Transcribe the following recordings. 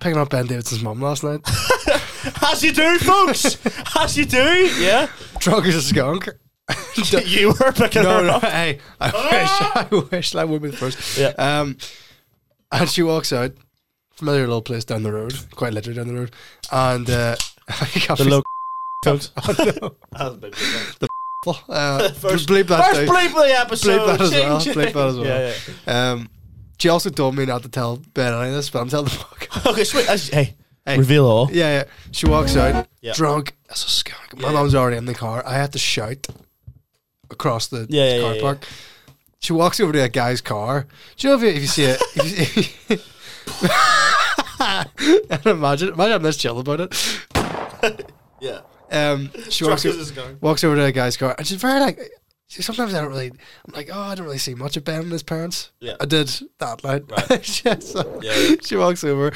picking up Ben Davidson's mum last night. As you do, folks. As you do. Yeah. Drunk as a skunk. You were picking no, her no, up. Ah! hey, I wish, I wish that would be the first. Yeah. Um, and she walks out, familiar little place down the road, quite literally down the road, and uh, The low code. uh, First- bleep that First out. bleep of the episode. Bleep that as well, Ching, bleep that as ching. well. Yeah, Um, she also told me not to tell Ben any of this, but I'm telling the fuck. yeah. Okay, sweet. As- hey, Hey. reveal all. Yeah, yeah. She walks out, Yeah. drunk as a skunk. My mum's already in the car. I had to shout across the Yeah, yeah, car yeah, park. She walks over to a guy's car. Do you know if you, if you see it? If you see and imagine, imagine I'm this chill about it. Yeah. Um, she Drunk walks, as o- a skunk. walks over to a guy's car, and she's very like. she- Sometimes I don't really. I'm like, oh, I don't really see much of Ben and his parents. Yeah. I did that night. Right. She's like- Yeah. she walks over.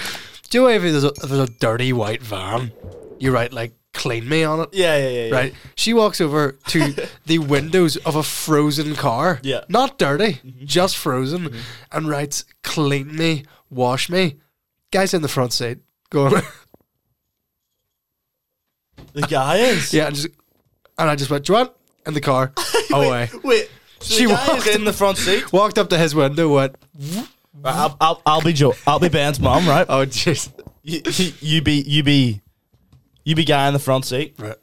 Do you know if there's a, if there's a dirty white van? You write like "clean me" on it, Yeah, yeah, yeah. yeah. right? She walks over to the windows of a frozen car. Yeah. Mm-hmm. not dirty, just frozen, and writes "clean me, wash me." Guys in the front seat going, The guy is. yeah, and, just, and I just went, "Do you want?" In the car, away. Wait. So She the guy walked- is in the front seat. Walked up to his window, went, Right, I'll, I'll, I'll be Joe. I'll be Ben's mom, right? "Oh jeez." You, you- you be you be you be guy in the front seat. Right.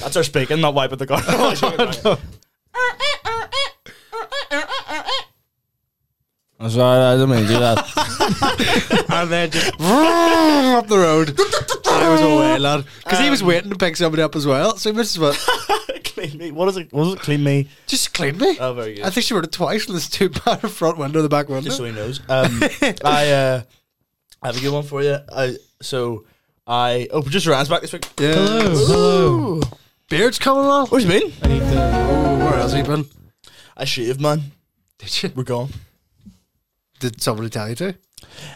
That's her speaking, not wiping the car. I'm sorry, I didn't mean to do that. and then just vroom up the road. I was away, lad, because he was Um, waiting to pick somebody up as well. So he must as well clean me. What is it? What is it? Clean me. just clean me. Oh, very good. I think she wrote it twice in this two bar front window, the back window. Just so he knows. Um, I uh, I have a good one for you. I so I oh producer Ryan's back this week. yeah. Hello. Ooh. Beard's coming off. What do you mean? I need to. Oh, where has he been? I shaved, man. Did you? We're gone. Did somebody tell you to?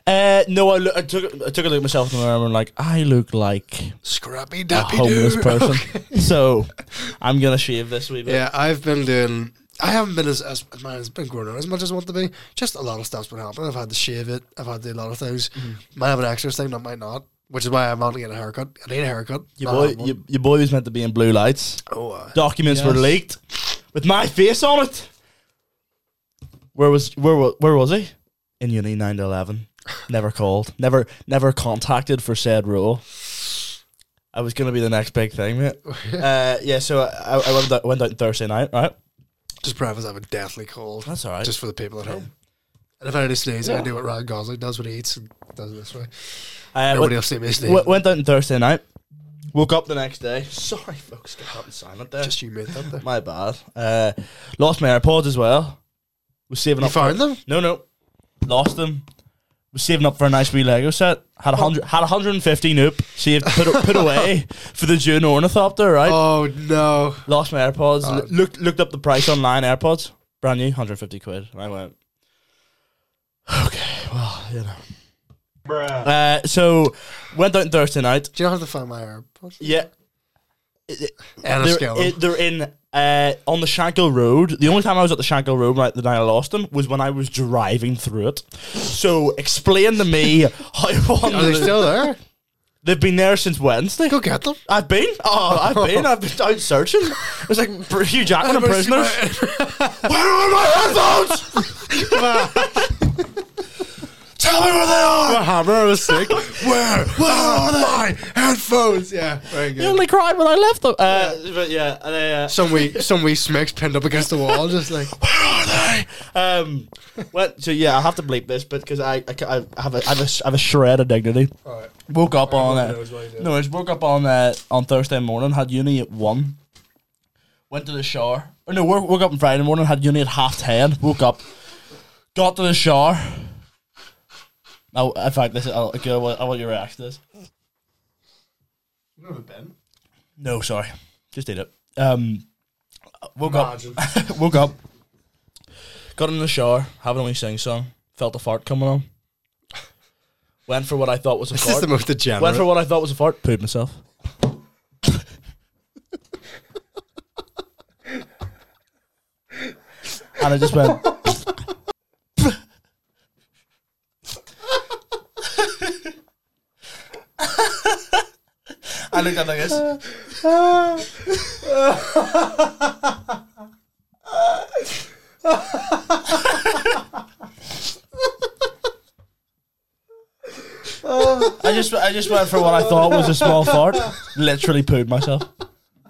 Uh, no, I, look, I took I took a look at myself in the mirror and like I look like Scrappy a dappy homeless doo. person. So I'm gonna shave this wee bit. Yeah, I've been doing. I haven't been as, as man, it's been growing on as much as I want to be. Just a lot of stuff's been happening. I've had to shave it. I've had to do a lot of things. Mm-hmm. Might have an exercise thing, that might not. Which is why I'm not getting a haircut. I need a haircut. Your I boy, have one. your, your boy was meant to be in blue lights. Oh, uh, Documents were Yes. leaked with my face on it. Where was where wa- where was he? In uni nine to eleven. Never called. Never never contacted for said role. I was gonna be the next big thing, mate. uh, yeah, so I, I went out, went out Thursday night, right? just preface, I have a deathly cold. That's all right. Just for the people at home. And if I do sneeze, I do what Ryan Gosling does when he eats and does it this way. I Nobody went, will see me sneeze. w- went out on Thursday night. Woke up the next day. Sorry, folks, got out in silent there. Just you made that there. my bad. Uh, lost my AirPods as well. Was saving You up. for- found them? No, no. Lost them. Was saving up for a nice wee Lego set. Had a hundred, had hundred and fifty noop saved, put put away for the June ornithopter. Right. Oh, no. Lost my AirPods. Oh. L- looked looked up the price online. AirPods, brand new, hundred fifty quid. And I went, okay, well, you know. Uh, so went out Thursday night. Do you know how to find my AirPods? Yeah. It- it- And a they're, skeleton. it- they're in uh, on the Shankill Road. The only time I was at the Shankill Road right the night I lost them was when I was driving through it. So explain to me how one Are they still there? have been there since Wednesday. Go get them. I've been. Oh, I've been. I've been out searching. It's like Hugh Jackman and prisoners. Where are my headphones? Tell me where they are. hammer, I was sick. Where? Where are my headphones? Yeah, very They good. only cried when I left them. Uh, But yeah, and I, uh, Some wee, some wee smicks pinned up against the wall, just like. Um, well, so yeah, I have to bleep this, but because I, I, ca- I have a, I have a, sh- I have a shred of dignity. Alright. Woke up on uh, knows what I did. no, I just woke up on uh, on Thursday morning. Had uni at one. Went to the shower. Or no, woke, woke up on Friday morning. Had uni at half ten. Woke up, got to the shower. Oh, in fact, this is, I'll, I want I want your reaction to this. No, sorry, just ate it. Um, woke up, woke up, got in the shower, having a wee sing song, felt a fart coming on. Went for what I thought was a This is fart. the most Went for degenerate. what I thought was a fart. Pooed myself. and I just went. I looked at like this. I just I just went for what I thought was a small fart. Literally pooed myself. I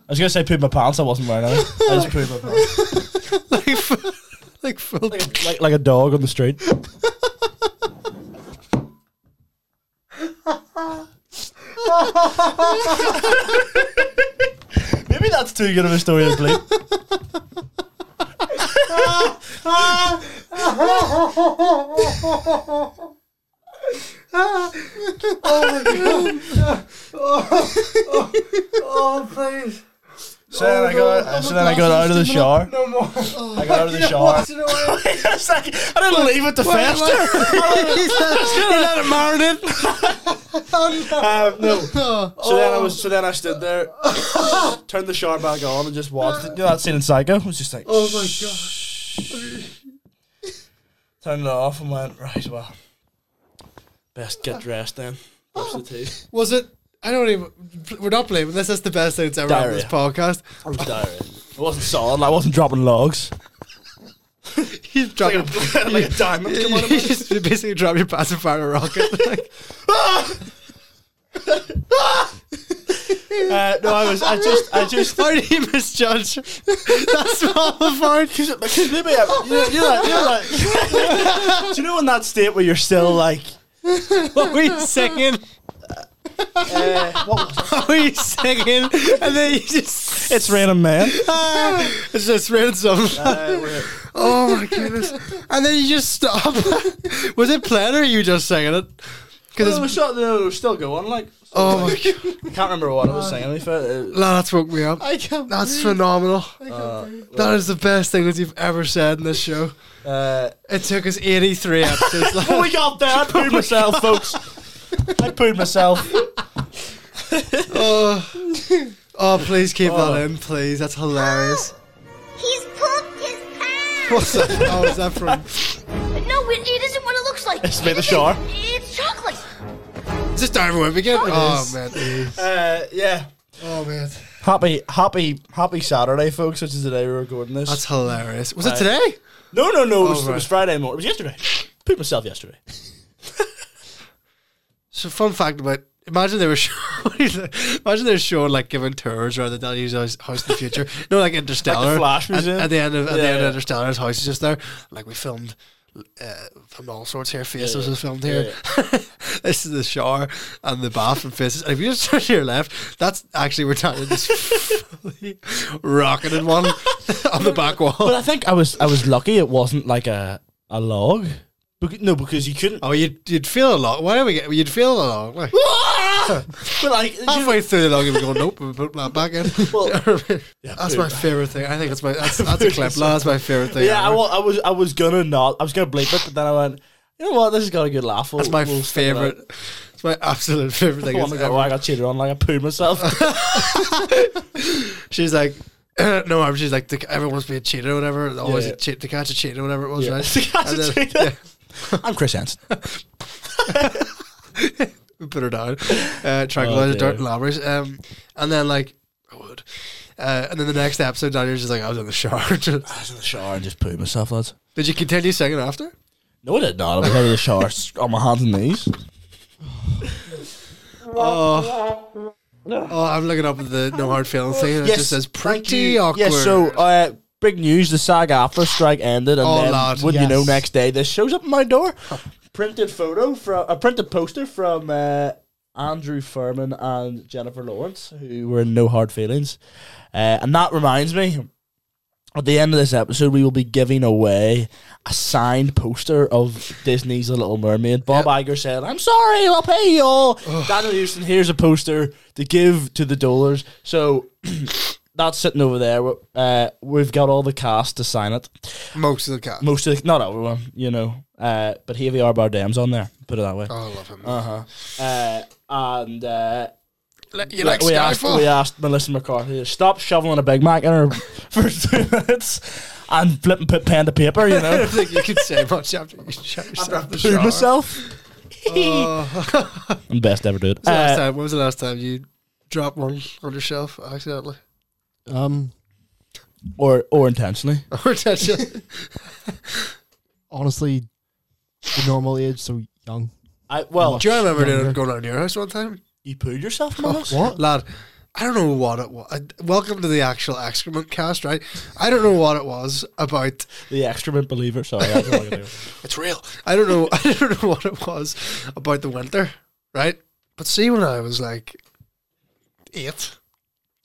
was gonna say pooed my pants. I wasn't wearing any. I just pooed my pants. like, fu- like full. Like like a dog on the street. Maybe that's too good of a story to bleep. Oh oh please, So then I got so then I got out of the shower. no more. I got out of the shower. It's like, I didn't leave it to fester. let it marinate. Um, no. Oh, So then I was. So then I stood there, turned the shower back on, and just watched it. You know that scene in Psycho? I was just like, Oh my Turned it off and went right. Well, best get dressed then. Brush the teeth. was it? I don't even. We're not blaming this. That's the best thing that's ever on this podcast. I was diarrhea. It wasn't solid. I wasn't dropping logs. He's dropping. like a diamond. Come on, you just basically drop your pacifier a rocket. Like, uh, no, I was. I just. I just. how did he misjudge? That's not the part. Because maybe I'm, you know, you know, you know that- do you know in that state where you're still like, What were you singing? uh, what was it? What were you singing? And then you just. it's random man. Ah, it's just ransom. Uh, we're- Oh my goodness! and then you just stop. was it planned or you just singing it? Because No, it's. it's not, no, it was still going. Like, Oh my god! I can't remember what I was saying. If I, Nah, that's woke me up. I can't. That's phenomenal. uh, That is the best thing that you've ever said in this show. uh, It took us 83 episodes. oh lad. my god, there, I pooed myself, folks. I pooed myself. oh, oh, please keep Oh. that in, please. That's hilarious. He's pooped his pants! What's that? Oh, is that from? No, it, it isn't what it looks like. It's made It of shower. isn't. It's chocolate. Is this Diver Wimp again? Oh, is. man. Uh, yeah. Oh, man. Happy, happy, happy Saturday, folks, which is the day we're recording this. That's hilarious. Was it today? no, no, no, it was, Oh, it was right. Friday morning. It was yesterday. Pooed myself yesterday. So, fun fact about. Imagine they were showing, imagine they were showing like giving tours around the Daddy's house, house in the future. No, like Interstellar. Flash At- Museum. At, the end of at Yeah, the end yeah. of Interstellar's house is just there. Like we filmed, uh, filmed all sorts here. Faces yeah. was filmed here. this is the shower and the bath and faces. And if you just turn to your left, that's actually we're down in this fully rocketed one on the back But wall. I think I was, I was lucky. It wasn't like a a log. Bec- no, because you couldn't. Oh, you'd you'd feel along. Why are we get? You'd feel along. Like, but like, you know- halfway through the log, you'd go, nope, we put that back in. that's my favorite thing. I think that's my that's, that's a clip. lad. That's my favorite thing. Yeah, I, ever. wa- I was I was gonna not. I was gonna bleep it, but then I went. You know what? This has got a good laugh. That's my favorite. It's my absolute favorite thing. Oh is my ever. god! I got cheated on like I pooed myself. She's like, no, I'm. She's like, the, everyone's being cheated or whatever. Always Yeah. a cheat, to catch a cheater, whatever it was, Yeah. right? To catch And a then- cheater. I'm Chris Hansen. we put her down. Uh, tranquilizer, dear. dart, and labbers. Um, and then like, I would. Uh, and then the next episode, down here's just like, I was in the shower. I was in the shower and just pooed myself, lads. Did you continue singing after? No, I did not. I was out of the shower on my hands and knees. Oh. Oh, I'm looking up at the no hard feelings thing, and it just says pretty awkward. Yes. So, uh, big news: the SAG-AFTRA strike ended, and Oh, then lad, wouldn't you know, yes. next day this shows up at my door. printed photo from a printed poster from uh, Andrew Furman and Jennifer Lawrence, who were in No Hard Feelings, uh, and that reminds me. At the end of this episode, we will be giving away a signed poster of Disney's The Little Mermaid. Bob Iger said, "I'm sorry, I'll pay you all." Daniel Houston, here's a poster to give to the dolars. So that's sitting over there. Uh, we've got all the cast to sign it. most of the cast. Most of the, not everyone, you know, uh, but Javier R. Bardem's on there. Put it that way. oh, I love him. Uh-huh. Uh And uh, Like, we, you like we asked Skyfall? we asked Melissa McCarthy to stop shoveling a Big Mac in her for two minutes and flipping put pen to paper. You I know, don't think you could say much after you shut yourself. in the Pooed shower. myself. Uh, I'm best ever do it. When was the last Uh, time- when was the last time you dropped one on your shelf accidentally? Um, or or intentionally. Or did you? honestly, the normal age, so young. I well, Do you remember Younger. doing, going around your house one time? you pooed yourself, Miles. What? Lad, I don't know what it was. Welcome to the actual excrement cast, right? I don't know what it was about. The excrement believer. Sorry, I don't know what to do. It's real. I don't know. I don't know what it was about the winter, right? But see, when I was like eight,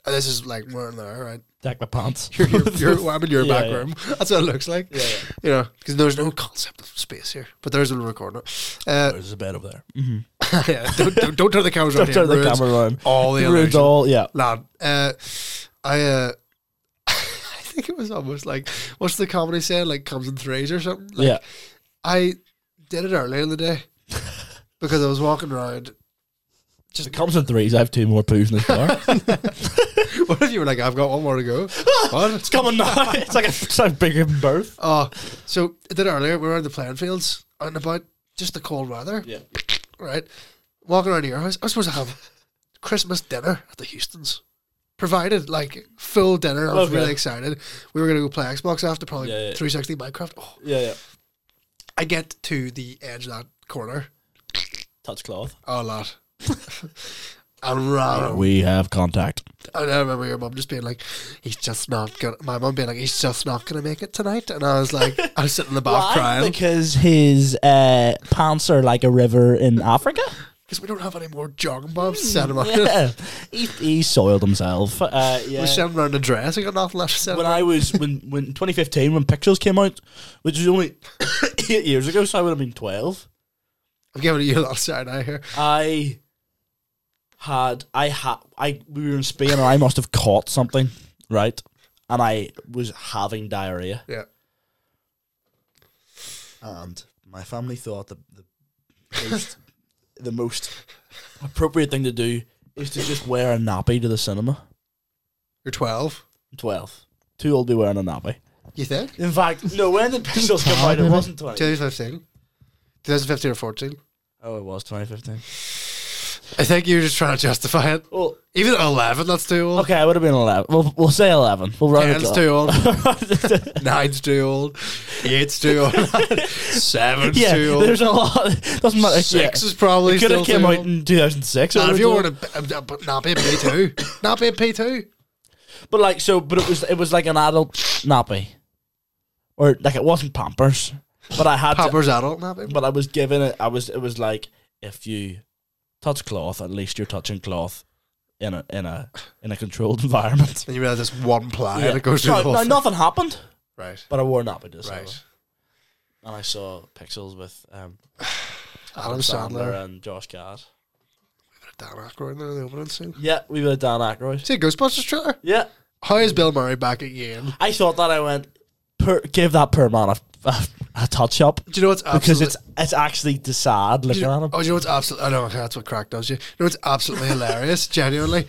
and this is like more in there, right? Deck my pants. You're, you're, you're, I'm in your Yeah, back yeah. room. That's what it looks like. Yeah, yeah. You know, because there's no concept of space here, but there's a recording. Uh, There's a bed over there. yeah, don't, don't, don't turn the cameras Don't around. turn here. the Ruins camera around. All the Ruins illusion. all. Yeah. lad. Uh, I uh, I think it was almost like what's the comedy saying? Like comes in threes or something. Like, yeah. I did it earlier in the day because I was walking around. Just it comes in threes. I have two more poos in the car. What if you were like, I've got one more to go? it's what? coming now. It's like a, it's like bigger than birth. Oh, so I did it earlier. We were in the playing fields out and about, just the cold weather, Yeah. right? Walking around to your house. I was supposed to have Christmas dinner at the Houston's. Provided like full dinner, I was Okay. really excited. We were gonna go play Xbox after probably Yeah, yeah. 360 Minecraft. Oh, Yeah. Yeah. I get to the edge of that corner. Touch cloth. Oh, lad. I ran. away. We have contact. And I remember your mum just being like, "He's just not gonna." My mum being like, "He's just not gonna make it tonight," and I was like, I was sitting in the back crying Because his uh, pants are like a river in Africa. because we don't have any more jogging bombs to send him out. Hmm, yeah, he, he soiled himself. Uh, yeah. We sent him around a dress. I got nothing left to send. When him. I was when when 2015 when Pictures came out, which was only eight years ago, so I would have been 12. I'm giving you a lot of side eye here. I had I had I we were in Spain and I must have caught something right, and I was having diarrhea. Yeah. and my family thought the the most, the most appropriate thing to do is to just wear a nappy to the cinema. You're 12. Twelve, too old to be wearing a nappy. You think? In fact, no. When did Pixels come out? It wasn't twenty. 2015. 2015 or 14. Oh, it was twenty fifteen. I think you're just trying to justify it. Well, Even at 11, that's too old. okay, I would have been eleven. We'll we'll say eleven. We'll round it Ten's up. too old. yeah, Nine's too old. Eight's too old. Seven's too old. there's a lot. Doesn't matter. Six yeah. is probably It could have still came too out old. in 2006. Nah, or if you uh, were to not be a P two, not be a P two. But like so, but it was it was like an adult nappy, or like it wasn't Pampers. But I had, to, Pampers adult nappy. but I was given it. I was it was like if you touch cloth, at least you're touching cloth in a in a in a controlled environment. And you realize it's one ply Yeah. and it goes through no, the whole no, thing. nothing happened. Right, But I wore a nappy to the cinema. right. and I saw pixels with um, Adam Sandler, and Josh Gad. Dan Aykroyd in there in the opening scene. Yeah, we were Dan Aykroyd. See a Ghostbusters trailer. Yeah, How is Bill Murray back again? I thought that I went. Per, give that poor man a, a, a touch up. Do you know what's because absolutely- it's it's actually the sad Do looking you at know, him. oh, do you know what's absolutely? I know okay, that's what crack does. You. you know what's absolutely hilarious. Genuinely,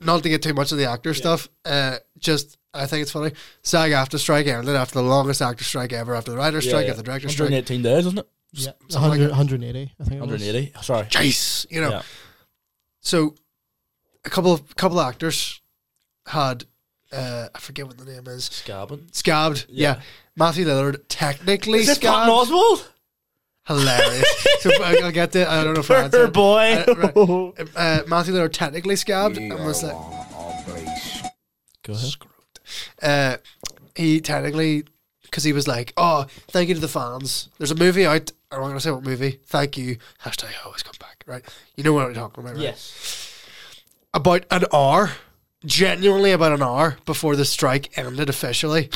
not to get too much of the actor stuff. Uh, just I think it's funny. SAG after strike ended after the longest actor strike ever, after the writer's strike, after the director's strike. 118 days, wasn't it? Yeah, something like 100, that. 180, I think. it was. 180. Sorry. Jace, you know. Yeah. So, a couple of couple of actors had uh, I forget what the name is Scabbing. scabbed. Yeah, Matthew Lillard technically Is this Patton scabbed. Oswald? Hilarious. so I- I'll get to I don't know if I answered. Poor boy. Uh, right. Uh, Matthew Lillard technically scabbed and was like, Go ahead. uh, he technically because he was like, oh, thank you to the fans. There's a movie out. I'm not gonna say what movie. Thank you. Hashtag I always come back. Right. You know what I'm talking about. Right? Yes. about an hour, genuinely about an hour before the strike ended officially.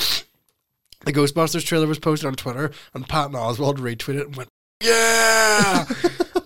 The Ghostbusters trailer was posted on Twitter, and Patton Oswald retweeted it and went, "Yeah!"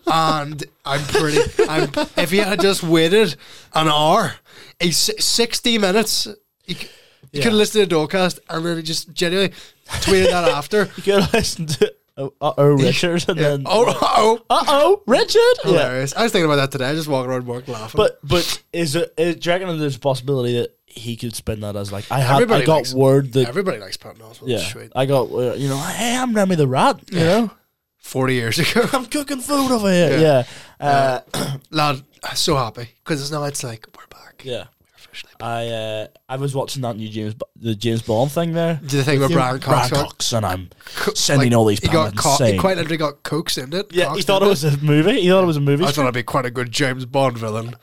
and I'm pretty. I'm, if he had just waited an hour, a si- sixty minutes, he, c- he Yeah. could have listened to the Dolecast, and then he just genuinely tweeted that after. You could listen to uh oh Richard and then uh Oh, oh, oh Richard. Yeah. hilarious! I was thinking about that today. I just walking around work laughing. But but is it? Is, do you reckon there's a possibility that he could spin that as like I had Everybody I got likes- word that everybody likes Patton Oswald. yeah Sweet. I got uh, you know hey I'm Remy the Rat you know 40 years ago. I'm cooking food over here. Yeah. Yeah. Uh, Lad, I'm so happy because now it's like, we're back. yeah. We're officially back. I uh, I was watching that new James Bo- the James Bond thing there. Do you think we're Brian Cox? Brad got- Cox and I'm co- sending like, all these He got pallets caught. He insane. quite literally got coaxed in it. Yeah, he coaxed thought into it was a movie. He thought it was a movie. I thought I'd be quite a good James Bond villain.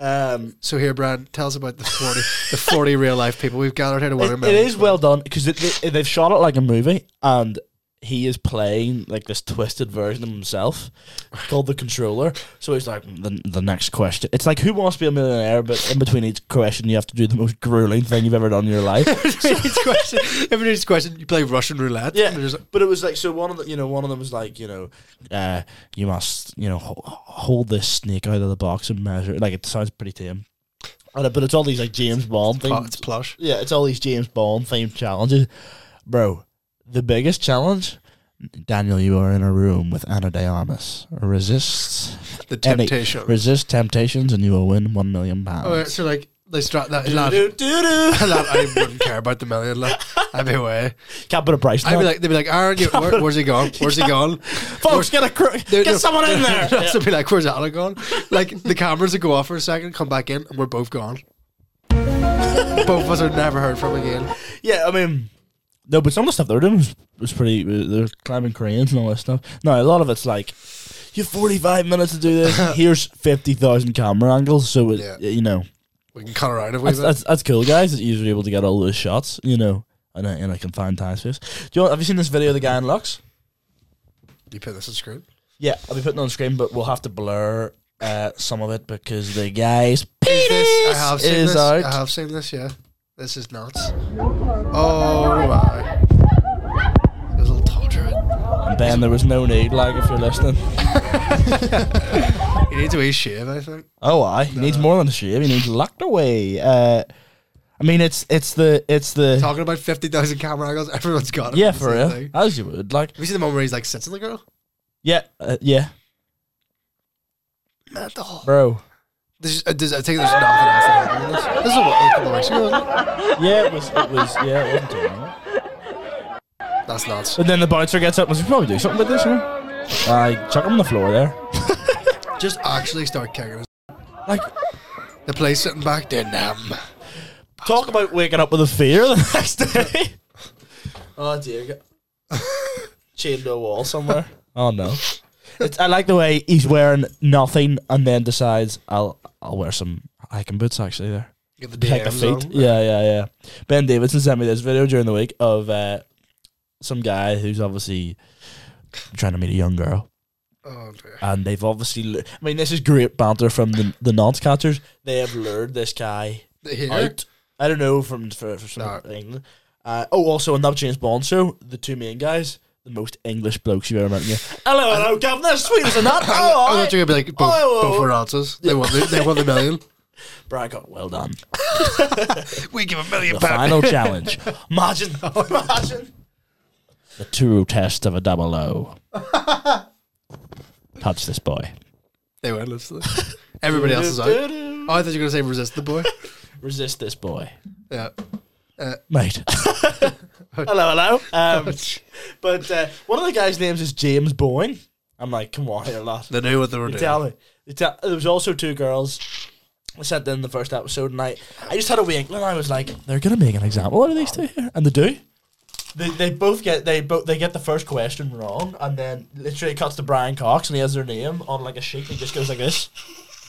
Um, So here, Brian, tell us about the forty, the forty real life people we've gathered here to win. it, it is well done because they've shot it like a movie, and he is playing like this twisted version of himself called the controller. So he's like the the next question. It's like Who Wants to Be a Millionaire, but in between each question, you have to do the most grueling thing you've ever done in your life. Everybody's question. Everybody's question. You play Russian roulette. Yeah, and there's like- but it was like so. One of the you know one of them was like you know, uh, you must you know ho- hold this snake out of the box and measure. it. Like it sounds pretty tame, and, it- but it's all these like James Bond oh, things. it's plush. Yeah, it's all these James Bond themed challenges, bro. The biggest challenge, Daniel, you are in a room with Anna De Armas. Resist The any- temptation. resist temptations, and you will win one million pounds. oh, yeah, so like they strap that. Lad, Do, do, do. lad, I wouldn't care about the million. Like, I'd be away. Can't put a price. I'd tag. be like, they'd be like, Aaron, you, where, where's he gone? Where's he gone? folks, get a cr- They're- get no. someone in there. I'd also be like, where's Anna gone? Like the cameras would go off for a second, come back in, and we're both gone. both of us are never heard from again. Yeah, I mean, no, but some of the stuff they're doing was, was pretty. uh, They're climbing cranes and all that stuff. No, a lot of it's like you have forty five minutes to do this. Here's fifty thousand camera angles, so it, Yeah. you know We can cut around if we. that's, that's that's cool, guys. That you're able to get all those shots, you know, in a, in a confined time space. Do you know, have you seen this video of the guy in Lux? You put this on screen. Yeah, I'll be putting it on screen, but we'll have to blur uh, some of it because the guy's penis This, I have seen is this. out. I have seen this. Yeah, this is nuts. Oh my! This will torture it. And Ben, there was no need. Like, if you're listening, He needs a wee shave, I think. Oh, I he needs more than a shave. He needs locked away. Uh, I mean, it's it's the it's the Talking about fifty thousand camera angles, everyone's got it. yeah It's for the real thing. Have as you would like you seen the moment where he's like sits on the girl? yeah uh, yeah Mental. bro There's, uh, there's, I think there's nothing else that happened in this. This is what, a couple of weeks ago, wasn't it? yeah it was it was yeah it wasn't too long. That's nuts. But then the bouncer gets up and says, "We probably do something with this." You know? I chuck him on the floor there. Just actually start kicking it. Like The place sitting back, they're numb. talk about waking up with a fear the next day. oh dear, God. chained to a wall somewhere. Oh no. It's, I like the way he's wearing nothing and then decides I'll I'll wear some hiking boots actually there. Get the protect the DMs feet. on. Yeah, yeah, yeah. Ben Davidson sent me this video during the week of uh, some guy who's obviously trying to meet a young girl, Oh dear. and they've obviously. lu- I mean, this is great banter from the the nonce catchers. They have lured this guy Here? out. I don't know from for, for some No. England. Uh, oh, also in that James Bond show, the two main guys, the most English blokes you've ever met. Yeah. Hello, hello, Governor. Sweet as a nut. I Oh, thought you were gonna be like both, Oh, oh, both oh. were answers. They won. The, they won the million. Brian, got oh, well done. we give a million The pounds. final challenge. Imagine, imagine. The true test of a double O. Touch this boy. They were literally. Everybody else is out. Oh, I thought you were gonna say resist the boy. Resist this boy, Yeah. mate. hello, hello. Um, but uh, one of the guys' names is James Boyne. I'm like, come on, here, lad. They knew what they were doing. Tell me. They tell- there was also two girls. I sent in the first episode, and I, I just had a wink, and I was like, "They're gonna make an example out of these two here," and they do. They, they both get they both they get the first question wrong, and then literally cuts to Brian Cox, and he has their name on like a sheet, and just goes like this.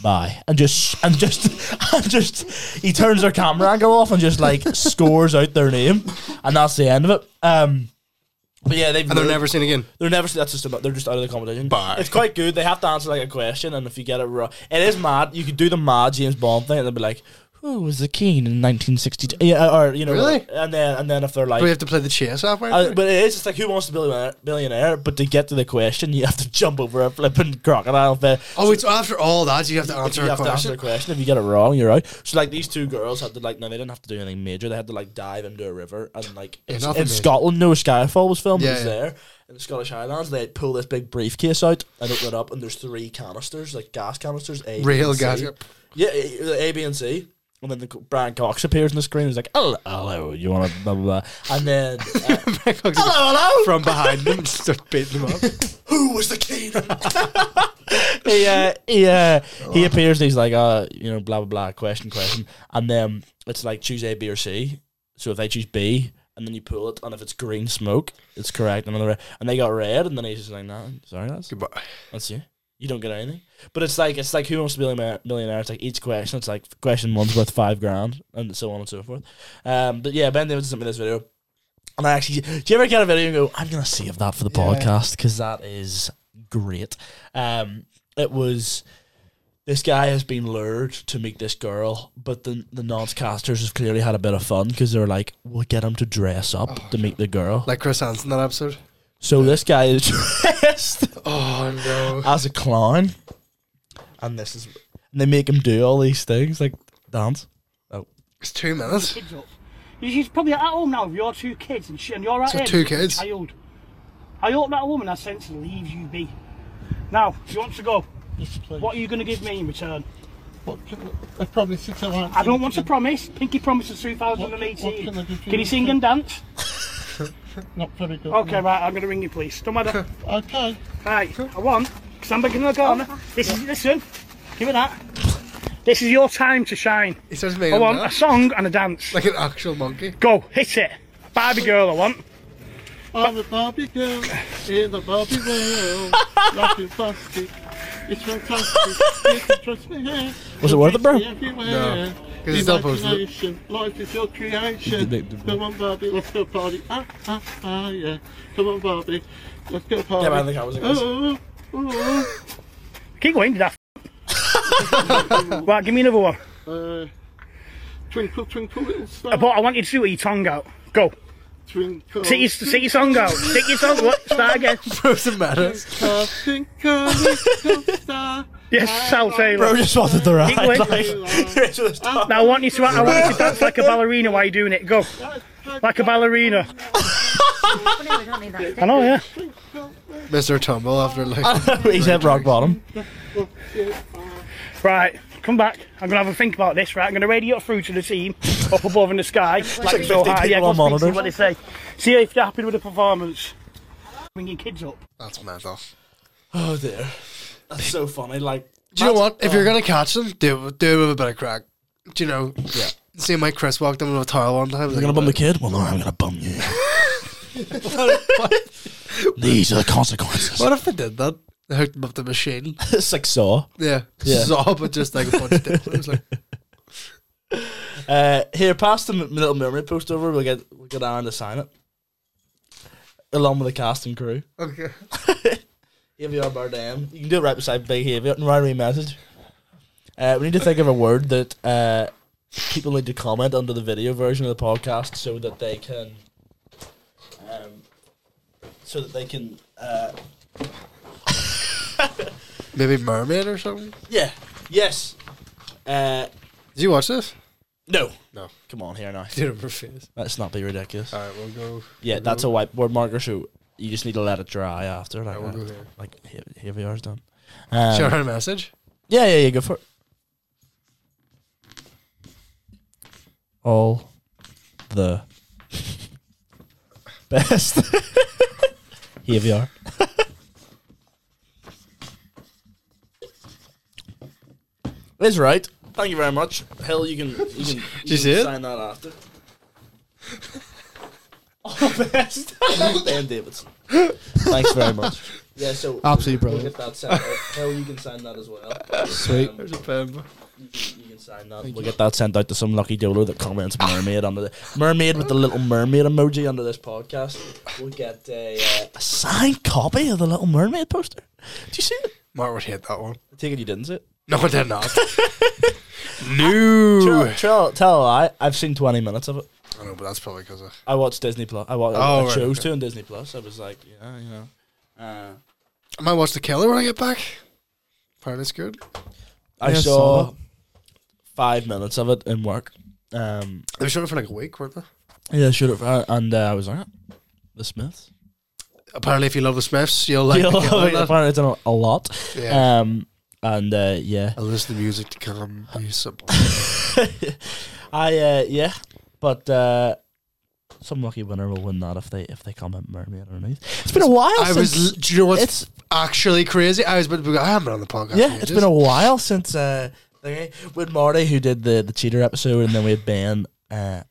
Bye, and just and just and just he turns their camera angle off, and just like scores out their name, and that's the end of it. Um, but yeah, they've And they're learned- never seen again. they're never. That's just about. They're just out of the competition. Bye. It's quite good. They have to answer like a question, and if you get it wrong, it is mad. You could do the mad James Bond thing, and they'll be like, "Who was the king in 1962?" Yeah, uh, or you know, Really? And then and then if they're Do we like. have to play the chess halfway? Uh, through? but it is just like who wants to be a billionaire, billionaire? But to get to the question, you have to jump over a flipping crocodile. There, oh, it's after all that you have to answer you a have to answer question. the question. If you get it wrong, you're out. So like these two girls had to like no, they didn't have to do anything major. They had to like dive into a river and like Yeah, in- nothing in major. Scotland, no Skyfall was filmed. it Yeah, was yeah. there in the Scottish Highlands. They would pull this big briefcase out and open it up, and there's three canisters, like gas canisters, A, B, Real and C. gas. Yeah, A, A, B, and C. And then the, co- Brian Cox appears on the screen. He's like, "Hello, hello, you want to blah blah blah," and then uh, "Hello, hello." From behind them, and start beating them up. Who was the king? he, uh, he, uh, he appears and he's like, uh, you know, blah, blah, blah, question, question. And then it's like choose A, B, or C. So if they choose B, and then you pull it, and if it's green smoke, it's correct. And, then the re- and they got red, and then he's just like, no, sorry, that's, Goodbye. that's you. You don't get anything. But it's like, it's like who wants to be a Millionaire- millionaire? It's like each question, it's like question one's worth five grand, and so on and so forth. Um, but yeah, Ben Davis sent me this video. And I actually, do you ever get a video and go, I'm going to save that for the Yeah. podcast because that is great. Um, it was, this guy has been lured to meet this girl, but the, the non-casters have clearly had a bit of fun because they're like, we'll get him to dress up to meet the girl. Like Chris Hansen that episode. so this guy is dressed Oh no. as a clown. And this is, and they make him do all these things, like dance. Oh, It's two minutes. kids up. You- She's probably at home now with your two kids, and, she, and you're at So him, two kids. Child. I hope that woman has sense and leaves you be. Now, you want to go? What are you going to give me in return? I probably sit around. I don't want to promise. Pinky promises 2018. What- what can I give you? you sing and dance? Not very good. Okay, right. I'm going to ring you, please. Don't matter. Okay. Right, I want. Stand back in the corner. This is listen. Give me that. This is your time to shine. He starts making I him want a laugh. song and a dance. like an actual monkey. Go, hit it. Barbie girl, I want. I'm a Barbie girl in the Barbie world. Life is busted. It's fantastic. You can trust me here. Was it worth it, bro? No, Everywhere. 'cause it's Oh. not posted. Imagination. Life is your creation. Come on, Barbie. Let's go party. Ah, ah, ah, yeah. Come on, Barbie. Let's go party. Yeah, man, I think I was like this. Ooh, ooh, Keep going, you daft. right, give me another one. ooh. Uh, twinkle, twinkle, little Uh, star. But I want you to do it with your tongue out. Go. Twinkle. Sit your, sit your song out. Stick your song. What? Start again. Doesn't matter. twinkle, little star. Yes, Sal Taylor. bro just wanted the Keep going. ride. Like, Now I want you to I want you to dance like a ballerina while you're doing it. Go. Like a ballerina. I know, yeah. Mr. Tumble after like he's at rock bottom. Right, come back. I'm gonna have a think about this. Right, I'm gonna radio it through to the team up above in the sky. like so 50 high. people Yeah, go on speak to see monitors. what they say. See if they're happy with the performance. Bring your kids up. that's mental. Oh dear, that's so funny. Like, Do you know what? If you're gonna catch them, do it- do it with a bit of crack. Do you know? Yeah. See, my Chris walked in with a towel one time. You're gonna bum the kid? Well, no, I'm gonna bum you. These are the consequences. What if they did that? They hooked him up to the machine. it's like Saw. Yeah. Yeah. Saw, but just like a bunch of diplos. Like, Uh, here, pass the M- Little Mermaid post over. We'll get we'll get Aaron to sign it, along with the cast and crew. okay. Javier Bardem. You can do it right beside Big Javier and write me a message. Uh, we need to think of a word that uh, people need to comment under the video version of the podcast so that they can, um, so that they can, uh, Maybe mermaid or something. yeah, yes, uh, Did you watch this? no, No. come on here now. Did it for face. Let's not be ridiculous. All right, we'll go. Yeah, that's a whiteboard marker, so you just need to let it dry after. Like, we'll go uh, here. like here, here we are, done. Um, Share a message. Yeah, yeah, yeah, go for it. All the best. Here we are. That's right. Thank you very much. Hell, you can you can, you see it? sign that after. All the best, Ben Davidson. Thanks very much. Yeah, so Absolutely we'll brilliant. get that sent out. Hell, you can sign that as well. Sweet. Um, There's a pen. you can sign that. We'll get that sent out to some lucky doodler that comments mermaid under the mermaid with the little mermaid emoji under this podcast. We'll get a, uh, a signed copy of the little mermaid poster. Did you see it? Mark would hate that one. I take it you didn't see it. No, I did not. no. Tell, tell, tell a lie. I've seen twenty minutes of it. I know, but that's probably because of. I watched Disney Plus. I, wa- I, Oh, I right, chose okay. to on Disney Plus. I was like, yeah, you know. Uh, I might watch The Killer when I get back. Apparently, it's good. I Yeah, I saw saw that. five minutes of it in work. Um, They showed it for like a week, weren't they? yeah, should have. Uh, and uh, I was like, "Ah, the Smiths. Apparently, if you love the Smiths, you'll like. Yeah, The Killer. I found it done a lot. Yeah. Um, and uh, yeah, I listen to music to calm me. I uh, yeah, but uh, some lucky winner will win that if they if they comment mermaid underneath. It's been a while. I since, was. Do you know what's it's- actually crazy? I was. But I haven't been on the podcast. yeah, in it's ages. been a while since uh, the, with Marty who did the the cheater episode, and then we had Ben. Uh,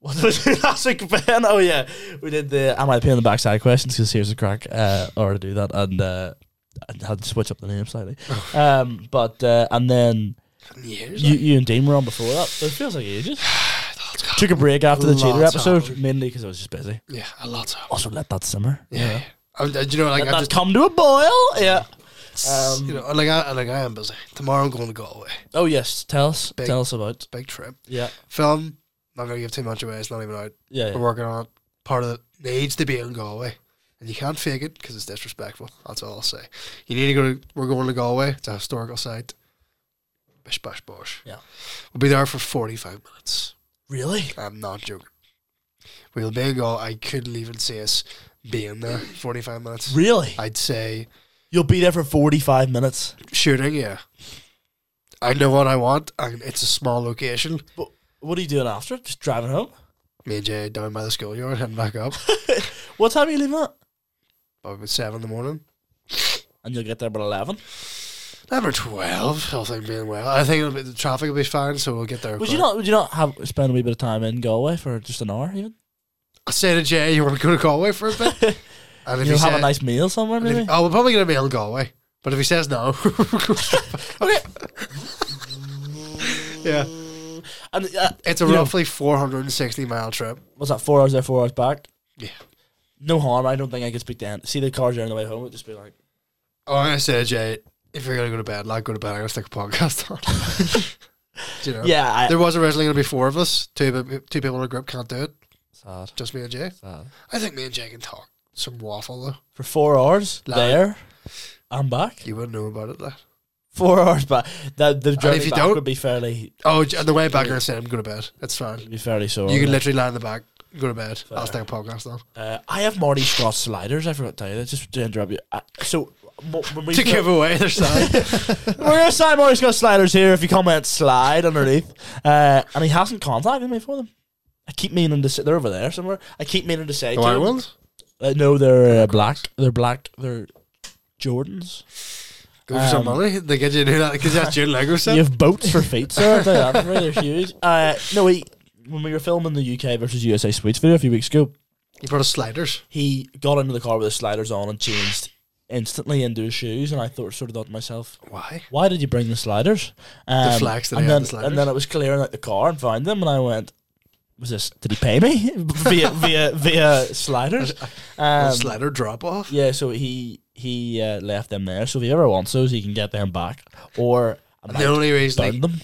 what did we do last week, Ben? Oh yeah, we did the am I the pain in the backside questions? Because here's a crack, uh, or to do that, and uh, I had to switch up the name slightly. Oh. um, but uh, and then years. you, you and Dean were on before that, so it feels like ages. Took a break after the cheater Lots episode, happened. mainly because I was just busy. yeah, a lot. Of, Also, let that simmer. yeah. I'm, do you know, like Let I that just, come to a boil. Yeah. you know, like I, like I am busy. Tomorrow I'm going to go away. Oh yes, tell us. Big- Tell us about. Big trip. Yeah. Film. Not gonna give too much away. It's not even out. Yeah. We're yeah. working on it. Part of it needs to be in Galway, and you can't fake it because it's disrespectful. That's all I'll say. You need to go. To, we're going to Galway. It's a historical site. Bish bash bosh. Yeah. We'll be there for forty five minutes. Really? I'm not joking. We'll be in Galway. I couldn't even see us being there forty five minutes. Really? I'd say You'll be there for forty-five minutes. shooting. Yeah. I know what I want, and it's a small location. But what are you doing after? it? Just driving home. Me and Jay down by the schoolyard, heading back up. What time are you leaving at? Probably seven in the morning. And you'll get there by eleven. Number twelve, Oh, all things being well. I think it'll be, the traffic will be fine, so we'll get there. Would you quick. not? Would you not have spend a wee bit of time in Galway for just an hour? Even? I say to Jay, "You want to go to Galway for a bit?" And if You'll he have say- a nice meal somewhere, and if- maybe. oh, we're probably gonna be in Galway, but if he says no, uh, Okay. yeah, And uh, it's a you know, roughly four hundred and sixty mile trip. what's that? Four hours there, four hours back. Yeah. No harm. I don't think I could speak to him. See the cars there on the way home. It'd just be like, Oh, I say to Jay, if you're gonna go to bed, like go to bed. I'm gonna stick a podcast on. Do you know? yeah, I, There was originally gonna be four of us. Two pe- two people in a group can't do it. sad, Just me and Jay. sad. I think me and Jay can talk some waffle though. For four hours Lad. there, I'm back. You wouldn't know about it. Though. Four hours back. That the journey if you back don't- would be fairly, Oh, j- on the way back, I said I'm going to bed. It's fine. would be fairly sore. You can literally lie in the back, go to bed. I'll stick a podcast on. uh, I have Marty Scott sliders. I forgot to tell you that. Just to interrupt you. Uh, so mo- when we To give away their side. We're gonna sign Marty Scott sliders here. If you comment slide underneath, uh, and he hasn't contacted me for them. I keep meaning to say they're over there somewhere. I keep meaning to say to the white him- ones? Oh, Uh, no, they're uh, black. They're black. They're Jordans. Go for some Um, money. They get you to do that because that's your Lego set. You have boats for feet, sir. They're, they're huge. Uh, no, he, when we were filming the UK versus USA Sweets video a few weeks ago, You brought us sliders. he got into the car with his sliders on and changed instantly into his shoes. And I thought, sort of thought to myself, Why? why did you bring the sliders? Um, flags that and he had, then, the sliders. And then it was clearing out the car and found them, and I went, "Was this? Did he pay me via via via sliders?" Um, slider drop off. yeah, so he he uh, left them there. So if he ever wants those, he can get them back, or I The only reason burn I them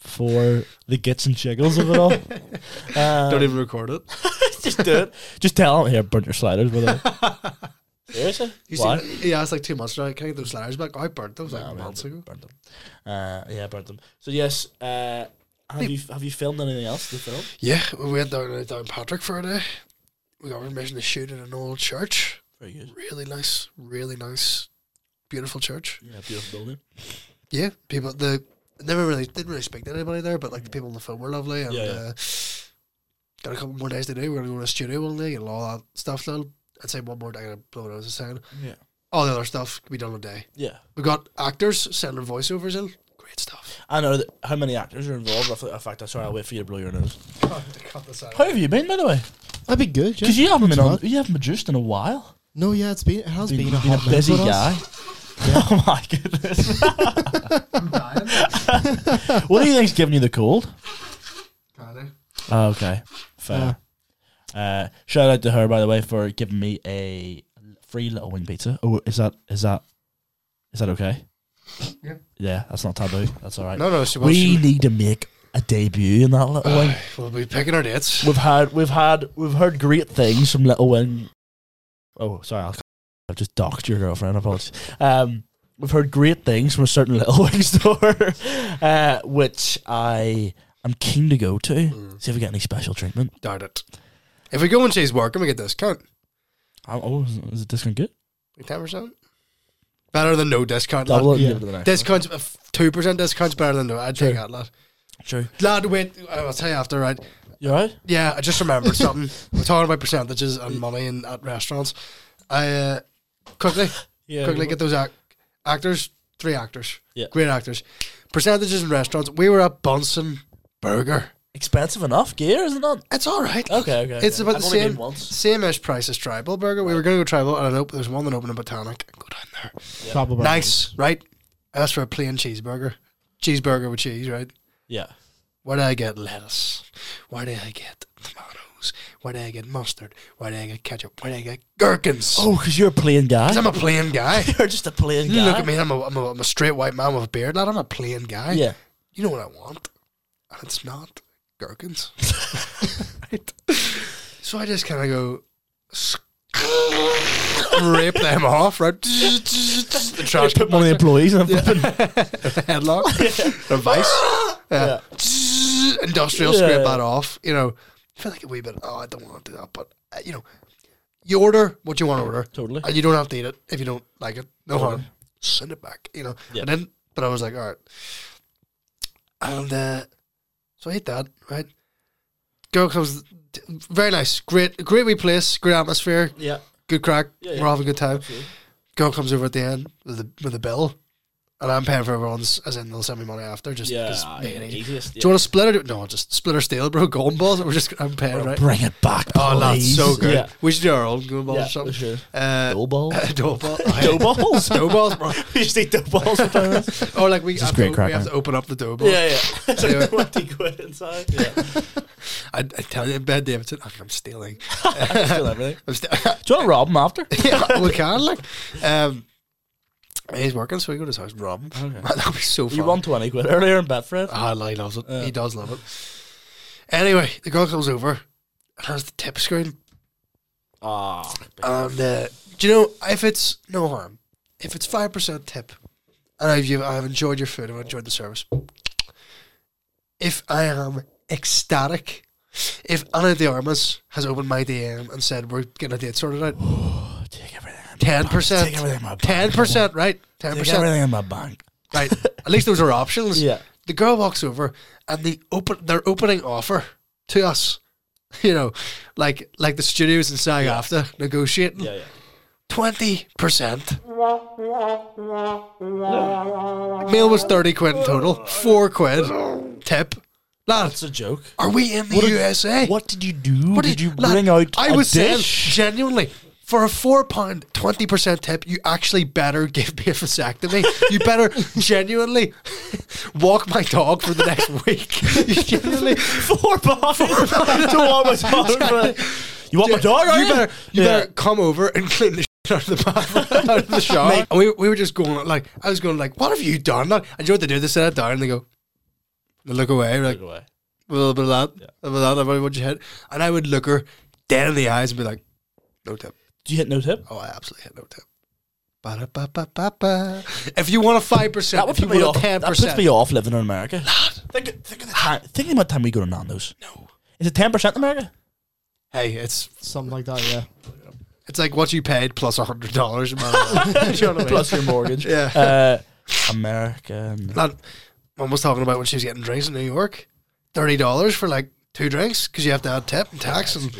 for the gits and jiggles of it all. don't even record it. just do it. Just tell him here, burn your sliders with it. Seriously? You Why? see, he asked like two months ago, can I get those sliders back? I burnt those like Nah, Oh, man, months ago. Burnt them. Uh, yeah, burnt them. So yes, uh, have you have you filmed anything else? The film? Yeah, we went down to down Patrick for a day. We got permission to shoot in an old church. Very good. Really nice, really nice, beautiful church. Yeah, beautiful building. Yeah, people the never really didn't really speak to anybody there, but like the people in the film were lovely, and Yeah, yeah. Uh, got a couple more days to do. We're gonna go to the studio one day, get all that stuff done. I'd say one more day, I'm gonna blow it out as a sound. Yeah. All the other stuff can be done in a day. Yeah. We got actors sending voiceovers in. Great stuff. I know that, how many actors are involved. Roughly, in fact, I'm sorry. I'll wait for you to blow your nose. God, to cut this out. How have you been, by the way? That'd be good. Because yeah. you haven't been Not on, too bad. you haven't produced in a while. No, yeah, it's been it has been, a, You've been hot a busy minute for guy. us. oh my goodness! what do you think's giving you the cold? Oh, okay, fair. Uh, shout out to her, by the way, for giving me a free Little Wing pizza. Oh, is that is that is that okay? Yeah. yeah, that's not taboo. That's all right. No, no, she wants we we need to make a debut in that Little Wing. We'll be picking our dates. We've had we've had we've heard great things from Little Wing. Oh, sorry, I'll, I've just docked your girlfriend. Apologies. Um, we've heard great things from a certain Little Wing store, uh, which I am keen to go to. See if we get any special treatment. Mm, Darn it. If we go and she's working, we get a discount. Oh, oh, is, is it discount good? Like 10%? Better than no discount. Double it Lad. and Yeah. give it to the next. Discounts, uh, two percent discounts better than no. I'd take that, lad. True. Lad, wait. I'll tell you after, right? You alright? Yeah, I just remembered something. We're talking about percentages and money and at restaurants. I uh, quickly, Yeah, quickly we- get those ac- actors. Three actors. Yeah. Great actors. Percentages in restaurants. We were at Bunsen Burger. Expensive enough gear, is it not? It's all right. Okay, okay. It's okay. about I've the only been same once. same ish price as Tribal Burger. We were going to go Tribal, and I know there's one that opened in Botanic. Go down there. Trouble Brown. Nice, right? That's for a plain cheeseburger. Cheeseburger with cheese, right? Yeah. Why do I get lettuce? Why do I get tomatoes? Why do I get mustard? Why do I get ketchup? Why do I get gherkins? Oh, because you're a plain guy. 'Cause I'm a plain guy. you're just a plain You guy. look at me, I'm a, I'm, a, I'm a straight white man with a beard. Not I'm a plain guy. Yeah. You know what I want? And it's not gherkins. right? So I just kind of go rip them off, right? the trash Put one of the employees in a fucking headlock, the vice, yeah. industrial Yeah. scrape that off. You know, I feel like a wee bit. Oh, I don't want to do that, but uh, you know, you order what you want to order, Totally. and you don't have to eat it if you don't like it. No harm, send it back. You know, Uh-huh. Yeah. and then but I was like, all right, and uh, so I ate that. Right, girl comes. Very nice, great, great wee place, great atmosphere, Yeah. good crack. yeah. We're having a good time. Girl comes over at the end with the with a bill, and I'm paying for everyone's. As in, they'll send me money after. Just Yeah. 'cause me and he- Easiest. Do you want to split it? No, just split or steal, bro. Golden balls. We're just I'm paying right. Bring it back, please. Oh, that's so good. Yeah. We should do our own golden balls Yeah, or we something. should. Uh, Dough balls? dough ball. Dough balls? dough balls, bro. you just eat dough balls for Yeah, Or like we, have to, great we crack, have man. to open up the dough ball. yeah. It's like Anyway. 20 quid inside. Yeah. I, I tell you, Ben Davidson, I'm I'm stealing. Still everything. I'm sti- Do you want to rob him after? yeah, we can like. Um, he's working, so we go to his house and rob him. That'll be so fun. You won 20 quid earlier in Betfred. Ah, no, he loves it. he does love it. Anyway, the girl comes over and has the tip screen. Ah. And uh, do you know if it's no harm, if it's five percent tip, and I've you- I've enjoyed your food, I've enjoyed the service. If I am ecstatic, if Anna de Armas has opened my DM and said we're getting a date sorted out, Take everything. ten percent, Take everything in my ten percent, right? Ten Take percent, everything in my bank. right? At least those are options. Yeah. The girl walks over and they open their opening offer to us. You know, like like the studios in SAG after negotiating Yeah, yeah. twenty percent. Meal was thirty quid in total, four quid tip. Lads, That's a joke. are we in the What a- USA? What did you do? What did you lad, bring out I a was saying dish? genuinely. For a four pound twenty percent tip, you actually better give me a vasectomy. you better genuinely walk my dog for the next week. You genuinely Four pounds. to walk my dog. You want my dog? Are you better you Yeah. better come over and clean the shit out of the bathroom, out of the shower. Mate. And we, we were just going like I was going like, what have you done? Like, and you know what they do? They set it down and they go, they look away, like Away. a little bit of that, a little bit of that, about what you had. And I would look her dead in the eyes and be like, no tip. Do you hit no tip? Oh, I absolutely had no tip. Ba-da-ba-ba-ba-ba. If you want a five percent, That would if you put me want off. a ten That puts me percent, off living in America. think, think of the time. Think about the time we go to Nando's. No. Is it ten percent in America? hey, it's Something like that, yeah. it's like what you paid plus a hundred dollars. a month. Plus your mortgage. Yeah. Uh, American. That mum was talking about when she was getting drinks in New York, thirty dollars for like two drinks because you have to add tip and tax and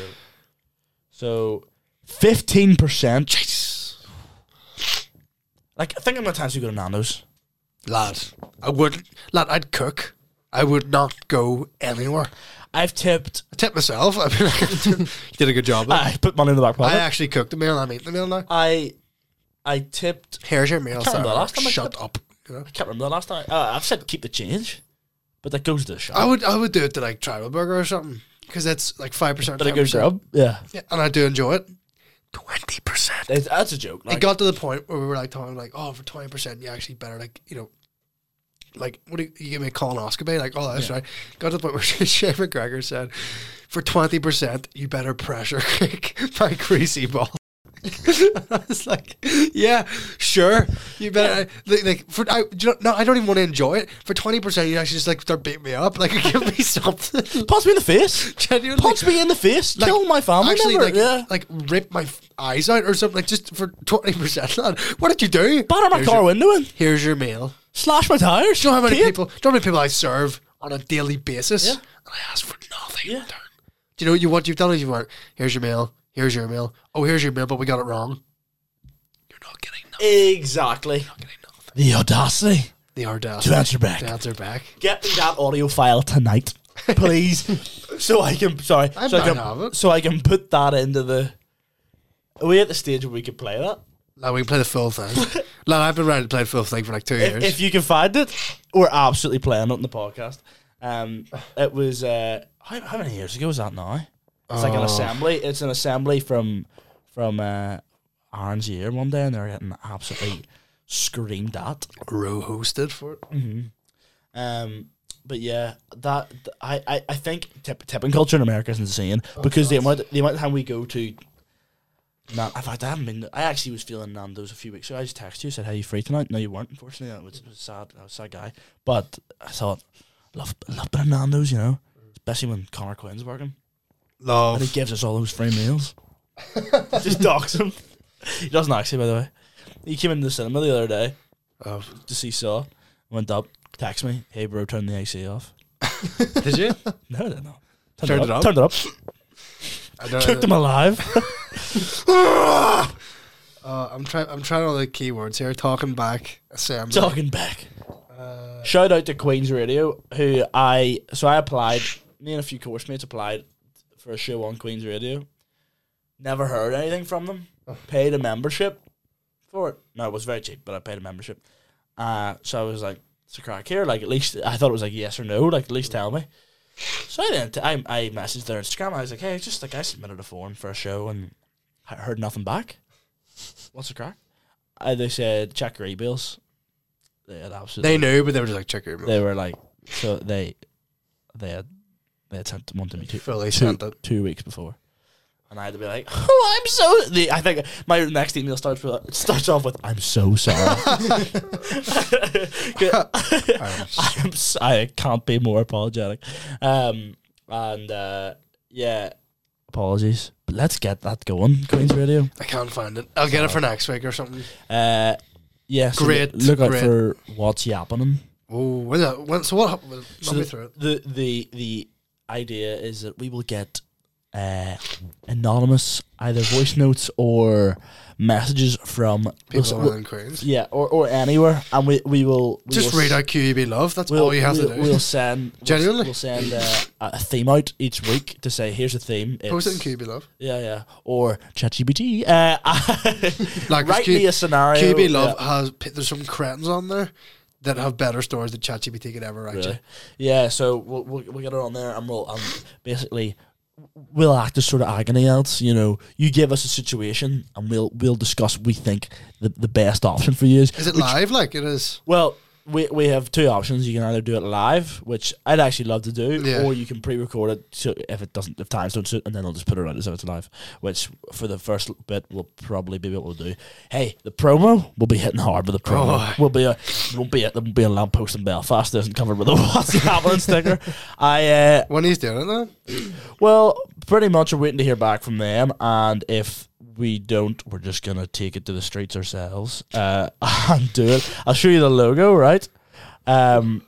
So fifteen percent. Like think about the times we go to Nando's. lad, I wouldn't lad. I'd cook. I would not go anywhere. I've tipped. I tip myself. I mean, you did a good job. lad. I put money in the back I pocket. actually cooked the meal. and I'm eating the meal now. I, I tipped Here's your meal. can't remember sir. the last time I Shut tipped. up. you know? can't remember the last time. Uh, I've said keep the change, but that goes to the shop. I would I would do it to like tribal burger or something because that's like five percent. but it goes grub. Yeah, Yeah, and I do enjoy it. Twenty percent. It's- that's a joke. Like, it got to the point where we were like talking like, oh, for twenty percent, you actually better like you know, like what do you, you give me a colonoscopy? Like, oh, that's right. Got to the point where Shane McGregor said, for twenty percent, you better pressure kick my greasy ball. it's like, yeah, sure. You better like, like for I do you know, no, I don't even want to enjoy it. For twenty percent, you actually just like start beating me up. Like, give me something. Punch me in the face. Genuinely, Punch me in the face. like, Kill my family Actually, member. like, yeah. like rip my f- eyes out or something. Like just for twenty percent. What did you do? Batter my Here's car your- window in. Here's your meal. Slash my tires. Do you know how many Kid. people? Do you know how many people I serve on a daily basis? Yeah. And I ask for nothing. in Yeah. return. Do you know what you want? You've done it. You want. Here's your mail. Here's your mail. Oh, here's your mail, but we got it wrong. You're not getting nothing. Exactly. Not getting nothing. The audacity They are down. to answer back. Dads are back. Get me that audio file tonight, please, so I can. Sorry, I so I might can, have it. so I can put that into the. Are we at the stage where we could play that? Now we can play the full thing. like I've been ready to play the full thing for like two If, years. if you can find it, we're absolutely playing it on the podcast. Um, it was uh, how, how many years ago was that now? It's like an Oh. assembly. It's an assembly from from uh, Aaron's year one day, and they're getting absolutely screamed at. Row hosted for it. Um, but yeah, that th- I, I, I think tip, tipping culture in America is insane because the amount the amount of time we go to. Nah, in fact, I haven't been. I actually was feeling Nando's a few weeks ago. I just texted you, said, "Hey, you free tonight?" No, you weren't. Unfortunately, that was, was sad. I was a sad guy, but I thought, love, love bit of Nando's, you know, especially when Connor Quinn's working and he Love. gives us all those free meals. just docks him. He doesn't actually, by the way. He came into the cinema the other day Oh. to see Saw. Went up, text me, "Hey, bro, turn the AC off." Did you? No, I don't know. Turned it up. Turned it up. I don't, Cooked them alive. uh, I'm trying. I'm trying all the keywords here. Talking back. Assembly. Talking back. uh, Shout out to Queens Radio, who I so I applied. Me and a few course mates applied for a show on Queens Radio. Never heard anything from them. Paid a membership for it. No, it was very cheap, but I paid a membership. Uh, so I was like, "It's a crack here." Like at least I thought it was like yes or no. Like at least tell me. So I didn't. I I messaged their Instagram. I was like, "Hey, just like I submitted a form for a show and I heard nothing back. What's the crack?" Uh, they said check your emails. They had absolutely They knew, but they were just like check your email. they were like so they they had they had sent one to me two, Fully two, sent it. two weeks before and I had to be like oh I'm so the, I think my next email starts with starts off with I'm so sorry 'Cause I'm s- I can't be more apologetic um and uh yeah apologies but let's get that going Queen's Radio I can't find it. I'll get it for next week or something. uh yeah so Great, look out great. for what's happening Oh, when's that? When, so what? hap- Well, So run me the- through it. The the the idea is that we will get uh, anonymous either voice notes or messages from People listen- in Queens. yeah or, or anywhere, and we we will we Just will s- read out QEB love. That's We'll, all you have we'll, to do. we'll send we'll s- Genuinely? We'll, send uh, a a theme out each week to say here's a theme. Post it in it's- QEB love. Yeah, yeah. Or ChatGPT. Uh, Like, write Q- me a scenario. QEB love Yeah. has p- there's some cretins on there that have better stories than ChatGPT could ever write. Really? you. Yeah, so we'll, we'll, we'll get her on there and we'll um, basically we'll act as sort of agony aunts. You know, you give us a situation and we'll we'll discuss we think the, the best option for you is. Is it live? Like it is. Well, we, we have two options. You can either do it live, which I'd actually love to do, Yeah. or you can pre-record it so if it doesn't if times don't suit, and then I'll just put it out as if it's live. Which for the first bit we'll probably be able to do. Hey, the promo we'll be hitting hard with the promo. Oh. We'll be a we'll be a, we'll be a lamppost in Belfast that isn't covered with a what's happening sticker. I uh, When he's doing it now. well, pretty much we're waiting to hear back from them, and if we don't, we're just gonna take it to the streets ourselves uh, and do it. I'll show you the logo, right? Um,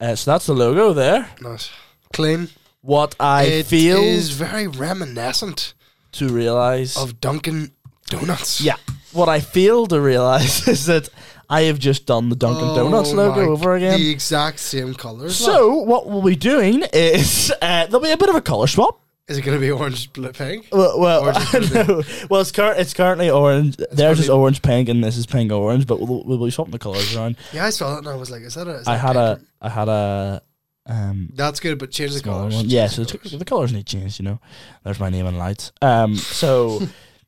uh, so that's the logo there. Nice. Clean. What I it feel is very reminiscent to realize, of Dunkin' Donuts. yeah, what I feel to realize is that I have just done the Dunkin' Oh Donuts my- logo over again. The exact same colors. so what we'll be doing is uh, there'll be a bit of a color swap. is it going to be orange, blue, pink? Well, well, Orange is gonna no. well, it's current. It's currently orange. Theirs is currently- orange pink, and this is pink orange. But we'll, we'll be swapping the colors around. Yeah, I saw that and I was like, is that a? Is I that had pink? a, I had a, um, That's good, but change the smaller colors. one. Yeah, so the, the colors need changed. You know, there's my name and lights. Um, so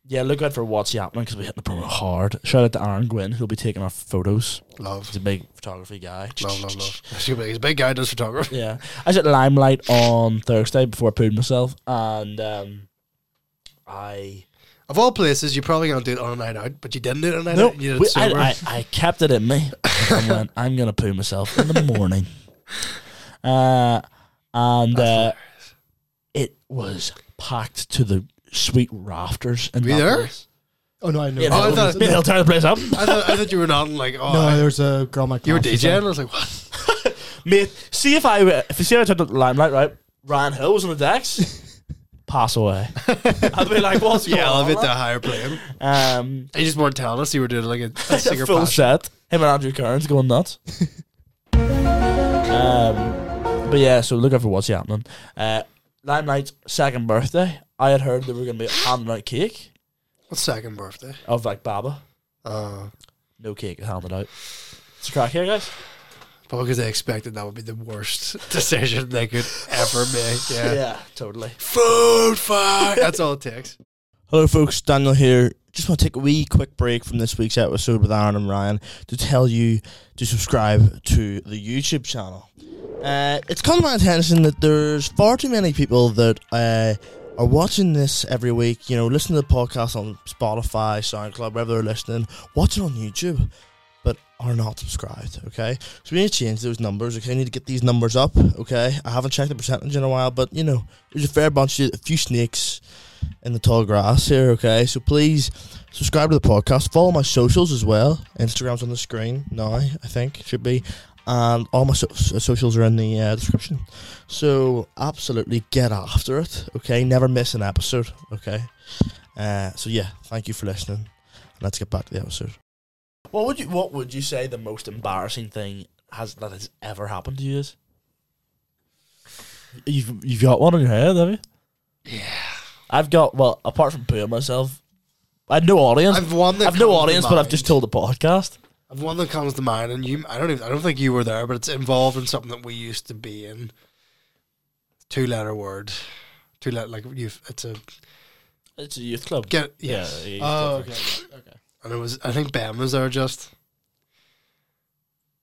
yeah, look out for what's happening because we're hitting the promo hard. Shout out to Aaron Gwynn, who'll be taking our photos. Love. He's a big photography guy. Love, love, love. He's a big- he's a big guy, does photography. Yeah, I was at Limelight on Thursday before I pooed myself, and um, I. Of all places, you're probably gonna do it on a night out, but you didn't do it on a night No, out. You did it we- sober. I, I, I kept it in me. I went, I'm gonna poo myself in the morning. Uh, and uh, it was packed to the sweet rafters. In Were you that there? place. Oh no, I know. Yeah, I they'll, thought- yeah, they'll tear the place up. I thought, I thought you were nodding like, oh, no, I- there's a girl in my class. you were who's DJing. I like- was like, what? Mate, see if I if you see if I turned up the limelight, right? Ryan Hill was on the decks. pass away. I'd be like, what's Yeah, I'll going hit on? the higher plane. man? Um, You just weren't telling us you were doing like a, a singer full passion. set. Him and Andrew Carnes going nuts. um, but yeah, so look out for what's happening. Uh, Limelight's second birthday. I had heard they were going to be handing out cake What's second birthday? of like Baba. Uh, No cake handed out. It's a crack here, guys. probably because they expected that would be the worst decision they could ever make. Yeah. totally. Food fight. That's all it takes. Hello, folks. Daniel here. Just want to take a wee quick break from this week's episode with Aaron and Ryan to tell you to subscribe to the YouTube channel. Uh, it's come to my attention that there's far too many people that uh, are watching this every week. You know, listen to the podcast on Spotify, SoundCloud, wherever they're listening, watch it on YouTube, but are not subscribed. Okay, so we need to change those numbers. Okay, I need to get these numbers up. Okay, I haven't checked the percentage in a while, but you know, there's a fair bunch, of, a few snakes in the tall grass here, okay? So please subscribe to the podcast. Follow my socials as well. Instagram's on the screen now, I think. Should be. And all my so- so- socials are in the uh, description. So absolutely get after it, okay? Never miss an episode, okay? Uh, so yeah, thank you for listening. Let's get back to the episode. What would you What would you say the most embarrassing thing has that has ever happened to you is? You've You've got one in your head, have you? Yeah. I've got well, apart from pooing myself, I had no audience. I've won the I've no audience, but I've just told. told the podcast. I've one that comes to mind, and you. I don't. Even, I don't think you were there, but it's involved in something that we used to be in. Two letter word. Two letter like you. It's a It's a youth club. get yes. yeah, Oh, okay. okay. And it was. I think Ben was there. Just.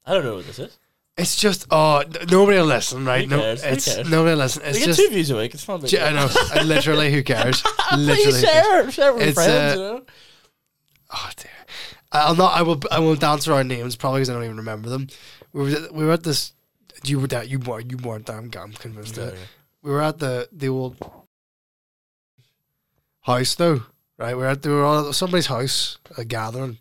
I don't know what this is. It's just. Oh, n- nobody will listen, right? Who No, cares? Who it's cares? nobody will listen. We It's get just. two views a week. It's not a big j- I deal. know. I literally, who cares? Literally, Please who cares? share, share with It's, friends. you uh, know? Oh dear. I'll not. I will. I will dance around names probably because I don't even remember them. We were. We were at this. You were. down- You were. You weren't. there, I'm, I'm convinced of it. we were at the the old house though, right? We were at we were all at somebody's house, a gathering.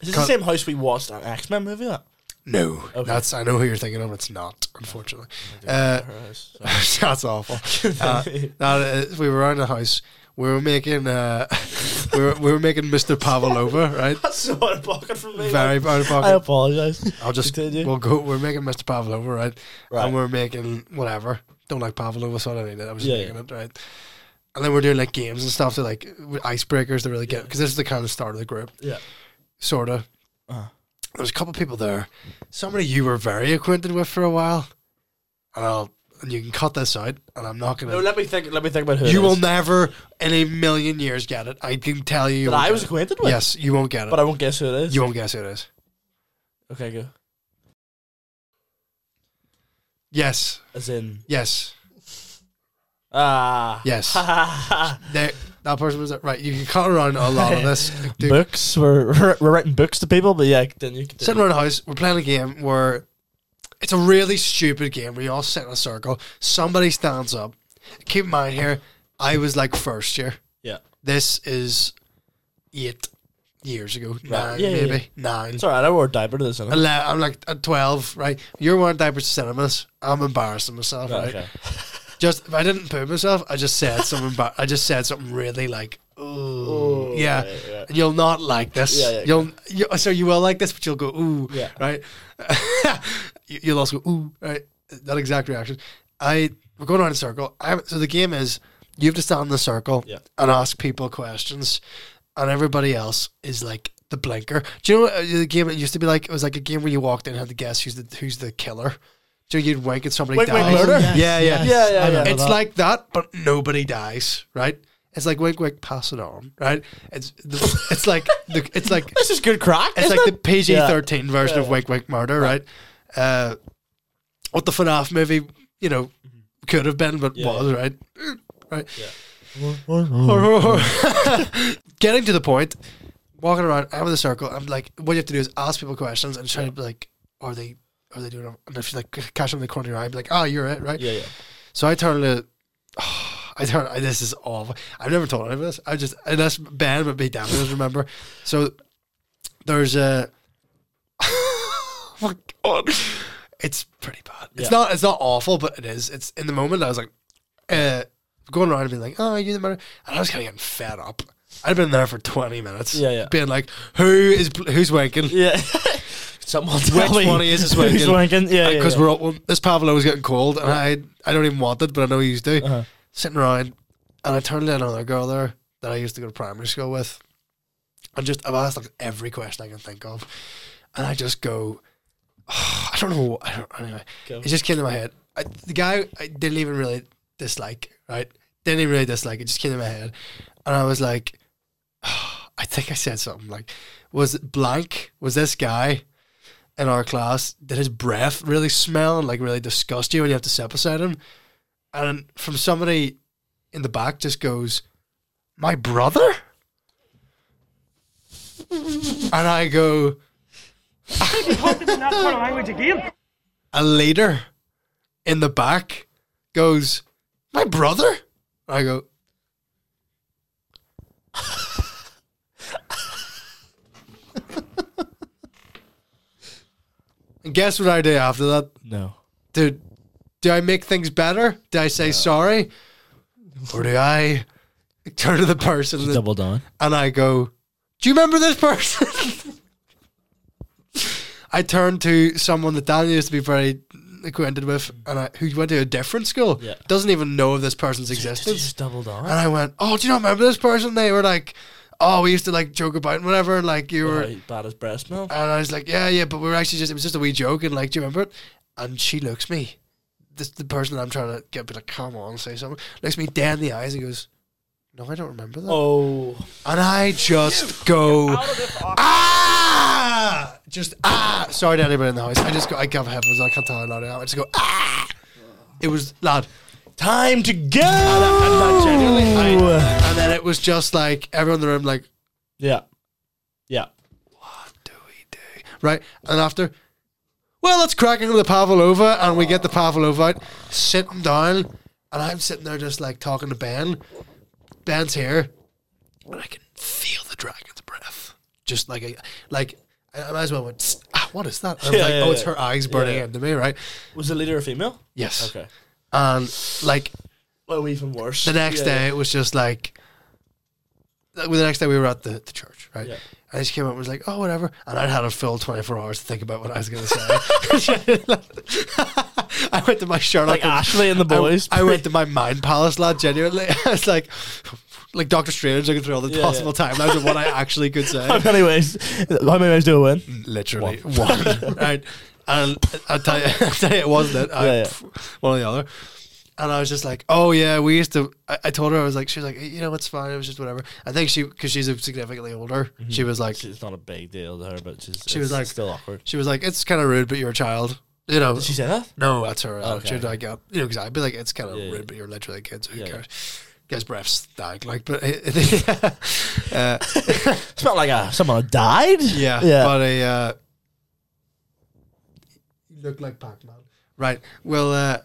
Is this the Can't- same house we watched an X Men movie? That No, Okay. that's I know who you're thinking of. It's not, unfortunately. Uh, that's awful. Uh, no, uh, we were around the house. We were making uh, we were we were making Mr. Pavlova, right? That's so out of pocket from me. Very out of I pocket. apologize. I'll just Continue. we'll go. We're making Mr. Pavlova, right? Right. And we're making whatever. Don't like Pavlova, so I don't need it. I was just Yeah, making it right. And then we're doing like games and stuff to like with icebreakers to really get because this is the kind of start of the group, yeah. sort of. Uh-huh. There was a couple people there. Somebody you were very acquainted with for a while, and I'll and you can cut this out, and I'm not gonna. No, let me think. Let me think about who you it will is never in a million years get it. I can tell you. you that won't I get was it. acquainted with. Yes, you won't get it. but I won't guess who it is. you won't guess who it is. okay, go. Yes, As in, yes, ah, yes. yes. There, that person was right. You can cut around a lot of this. Dude, books. We're, we're we're writing books to people, but yeah, then you can. sitting around the house, we're playing a game where it's a really stupid game where you all sit in a circle. Somebody stands up. Keep in mind here, I was like first year. Yeah, This is eight years ago, nine Yeah, yeah, maybe nine. it's all right. I wore a diaper to this. innit? Ele- I'm like at twelve, right? You're wearing diapers to cinemas. I'm embarrassing myself, right? Okay. Just if I didn't poo myself, I just said something. Embar- I just said something really like, ooh, Ooh, yeah. right, right. And you'll not like this. Yeah, yeah, you'll you, so you will like this, but you'll go ooh, Yeah. right? You- you'll also go ooh, right? That exact reaction. I we're going around in a circle. I, so the game is you have to stand in the circle Yeah. and ask people questions, and everybody else is like the blinker. Do you know what, uh, the game? It used to be like it was like a game where you walked in and had to guess who's the who's the killer. So you'd wink at somebody. Wink, wink, dying. murder? "Oh, Yes, Yeah, yeah. yes, Yeah, yeah, I remember It's that. like that, but nobody dies, right? It's like wink, wink, pass it on, right? It's the, it's like the, it's like This is good crack. it's isn't like the it? PG thirteen version of wink, wink, murder, right? Uh, what the FNAF movie, you know, could have been, but Mm-hmm. Yeah, was right, right. Yeah. Getting to the point, walking around, I'm in the circle. I'm like, what you have to do is ask people questions and try to be like, are they are they doing? it? And if she's like catching the corner of your eye, be like, oh, you're it, right? Yeah, yeah. So I turn to. I turn. I, this is awful. I've never told anyone this. I just unless Ben would be damn it, remember. So there's a. oh my god, it's pretty bad. It's not. It's not awful, but it is. It's in the moment. I was like, uh, going around and being like, "Oh, you the murder," and I was kind of getting fed up. I'd been there for twenty minutes. Yeah, yeah. Being like, who is bl- who's wanking? Yeah. Someone tell Which me one is this who's wanking? Uh, wanking? Yeah, yeah, Because yeah. we're all, well, this Pavlo was getting cold, and I I don't even want it, but I know you do. Uh-huh. Sitting around, and I turned to another girl there that I used to go to primary school with, and just I've asked like every question I can think of, and I just go, I don't know. I don't, anyway, it just came to my head. I, the guy I didn't even really dislike, right? Didn't even really dislike. It just came to my head, and I was like, I think I said something like, "Was it blank? Was this guy in our class? Did his breath really smell and like really disgust you, and you have to sit beside him?" And from somebody in the back just goes, "My brother," and I go, That's what I would again. a leader in the back goes, My brother? And I go, And guess what I do after that? No. Do, do I make things better? Do I say sorry? Or do I turn to the person that Double down. and I go, Do you remember this person? I turned to someone that Daniel used to be very acquainted with and I, who went to a different school, Yeah. doesn't even know of this person's existence. double down. And I went, Oh, do you not remember this person? They were like, Oh, we used to like joke about and whatever, and, like you were bad as breast milk. and I was like, yeah, yeah, but we were actually just, it was just a wee joke. And like, do you remember it? And she looks me, this, the person that I'm trying to get, be like, come on, say something, looks me dead in the eyes and goes, no, I don't remember that. Oh. And I just go, ah! Just, ah! Sorry to anybody in the house. I just go, I can't have heavens, I can't tell how loud I am. I just go, ah! It was loud. Time to go. And, I, and, that genuinely, I, and then it was just like, everyone in the room, like, yeah. Yeah. right? And after, well, let's crack into the Pavlova, and we get the Pavlova out, sit him down, and I'm sitting there just like talking to Ben. Ben's here, and I can feel the dragon's breath, just like a like. I I might as well went. "Tsk, ah, What is that? And I was Yeah, like, yeah, oh, it's yeah. her eyes burning yeah. into me, right? Was the leader a female? Yes. Okay. And like Oh, even worse. the next Yeah, day, yeah. it was just like. like, well, The next day we were at the, the church, right? Yeah. And she came up and was like, "Oh, whatever." And I'd had a full twenty four hours to think about what I was going to say. I went to my Sherlock, Like Holmes- Ashley and the I- boys. I, went to my mind palace, lad. Genuinely, I was like, like Doctor Strange, looking through all the Yeah, possible timelines of what I actually could say. Anyways, how many ways do I win? Literally one, right? And I tell you, I tell you it wasn't it. I, Yeah, yeah. pff, One or the other. And I was just like, oh yeah, we used to. I, I told her I was like, she was like, you know, it's fine. It was just whatever. I think she, because she's significantly older, Mm-hmm. she was like, It's not a big deal to her, but she's, She was it's like- still awkward. she was like, it's kind of rude, but you're a child. You know, Did she say that? no, that's her. Okay. Okay. She was like, uh, you know, because I'd be like, it's kind of Yeah, rude, yeah. but you're literally a kid, so who Yeah, yeah. cares? Gets breath stank, like, but uh, It's not like a, someone who died. Yeah, Yeah. But a uh, you look like Pac-Man. Right. Well. Uh,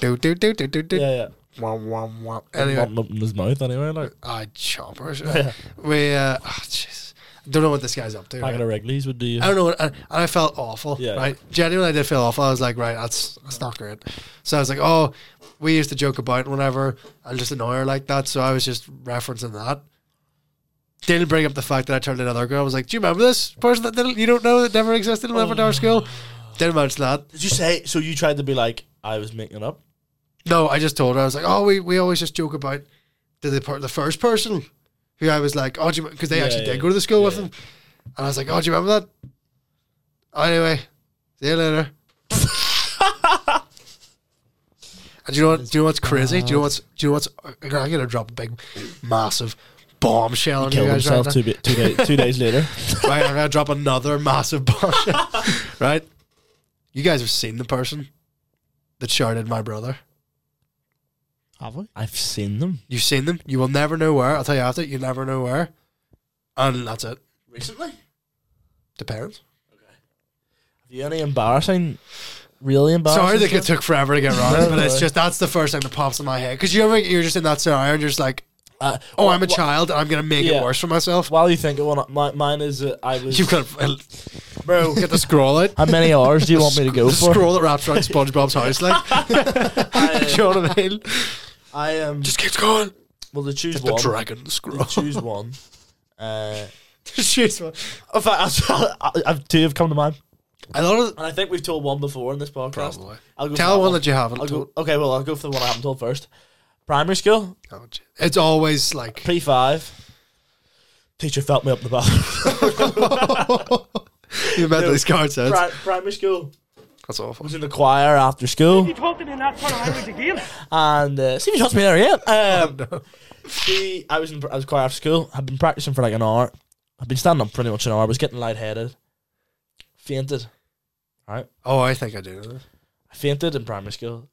do do do do do do. yeah, yeah. Womp, womp, womp. Anyway, Not in his mouth anyway, like ah, choppers. We. Uh, oh, jeez. Don't know what this guy's up to. packet right? of Wrigley's would do you. I don't know what, and and I felt awful. Yeah. Right. Genuinely, I did feel awful. I was like, right, that's that's not great. So I was like, oh, we used to joke about it whenever and just annoy her like that. So I was just referencing that. Didn't bring up the fact that I turned to another girl. I was like, do you remember this person that didn't, you don't know that never existed in Leopard Tower School? Didn't mention that. Did you say so? You tried to be like I was making it up. No, I just told her. I was like, oh, we, we always just joke about the the, per- the first person who I was like, oh, because they Yeah, actually yeah, did go to the school with yeah. them. And I was like, oh, do you remember that? Anyway, see you later. and do you know what? Do you know what's crazy? Do you know what's? Do you know what's? I'm gonna drop a big, massive bombshell on you Killed guys right himself now. two, bi- two, day, two days later. right, I'm gonna drop another massive bombshell. right? You guys have seen the person that shouted my brother. Have we? I've seen them You've seen them. You will never know where. I'll tell you after. You never know where. And that's it. recently. The parents. Have you any embarrassing, really embarrassing? Sorry that it took forever to get around, but it's just that's the first thing that pops in my head. Because you ever you're just in that scenario and you're just like, Uh, oh, wh- I'm a wh- child and I'm gonna make Yeah. it worse for myself. While you think of one, my, mine is uh, I was. You've got to, bro, get the scroll out. How many hours do you want me to go the for? scroll that wraps around SpongeBob's house, like. Do you know what I mean? I um. Just keeps going. Well, to choose The one. dragon scroll. To choose one. Uh, Choose one. in fact, I, I, I've two have come to mind, I thought it and I think we've told one before in this podcast. Probably. I'll go for Tell one that you haven't. I'll told. go, okay, well, I'll go for the one I haven't told first. Primary school, Oh, gee. It's always like P five. Teacher felt me up the back. you met No. these cards. That's, Pri- primary school that's awful. was in the choir after school, You talking in that sort of language again? and uh, see if you trust me there yet. Um, Oh, she, I was in, I was choir after school. I'd been practicing for like an hour. I'd been standing up pretty much an hour. I was getting lightheaded, fainted. Oh, I think I do. know. I fainted in primary school.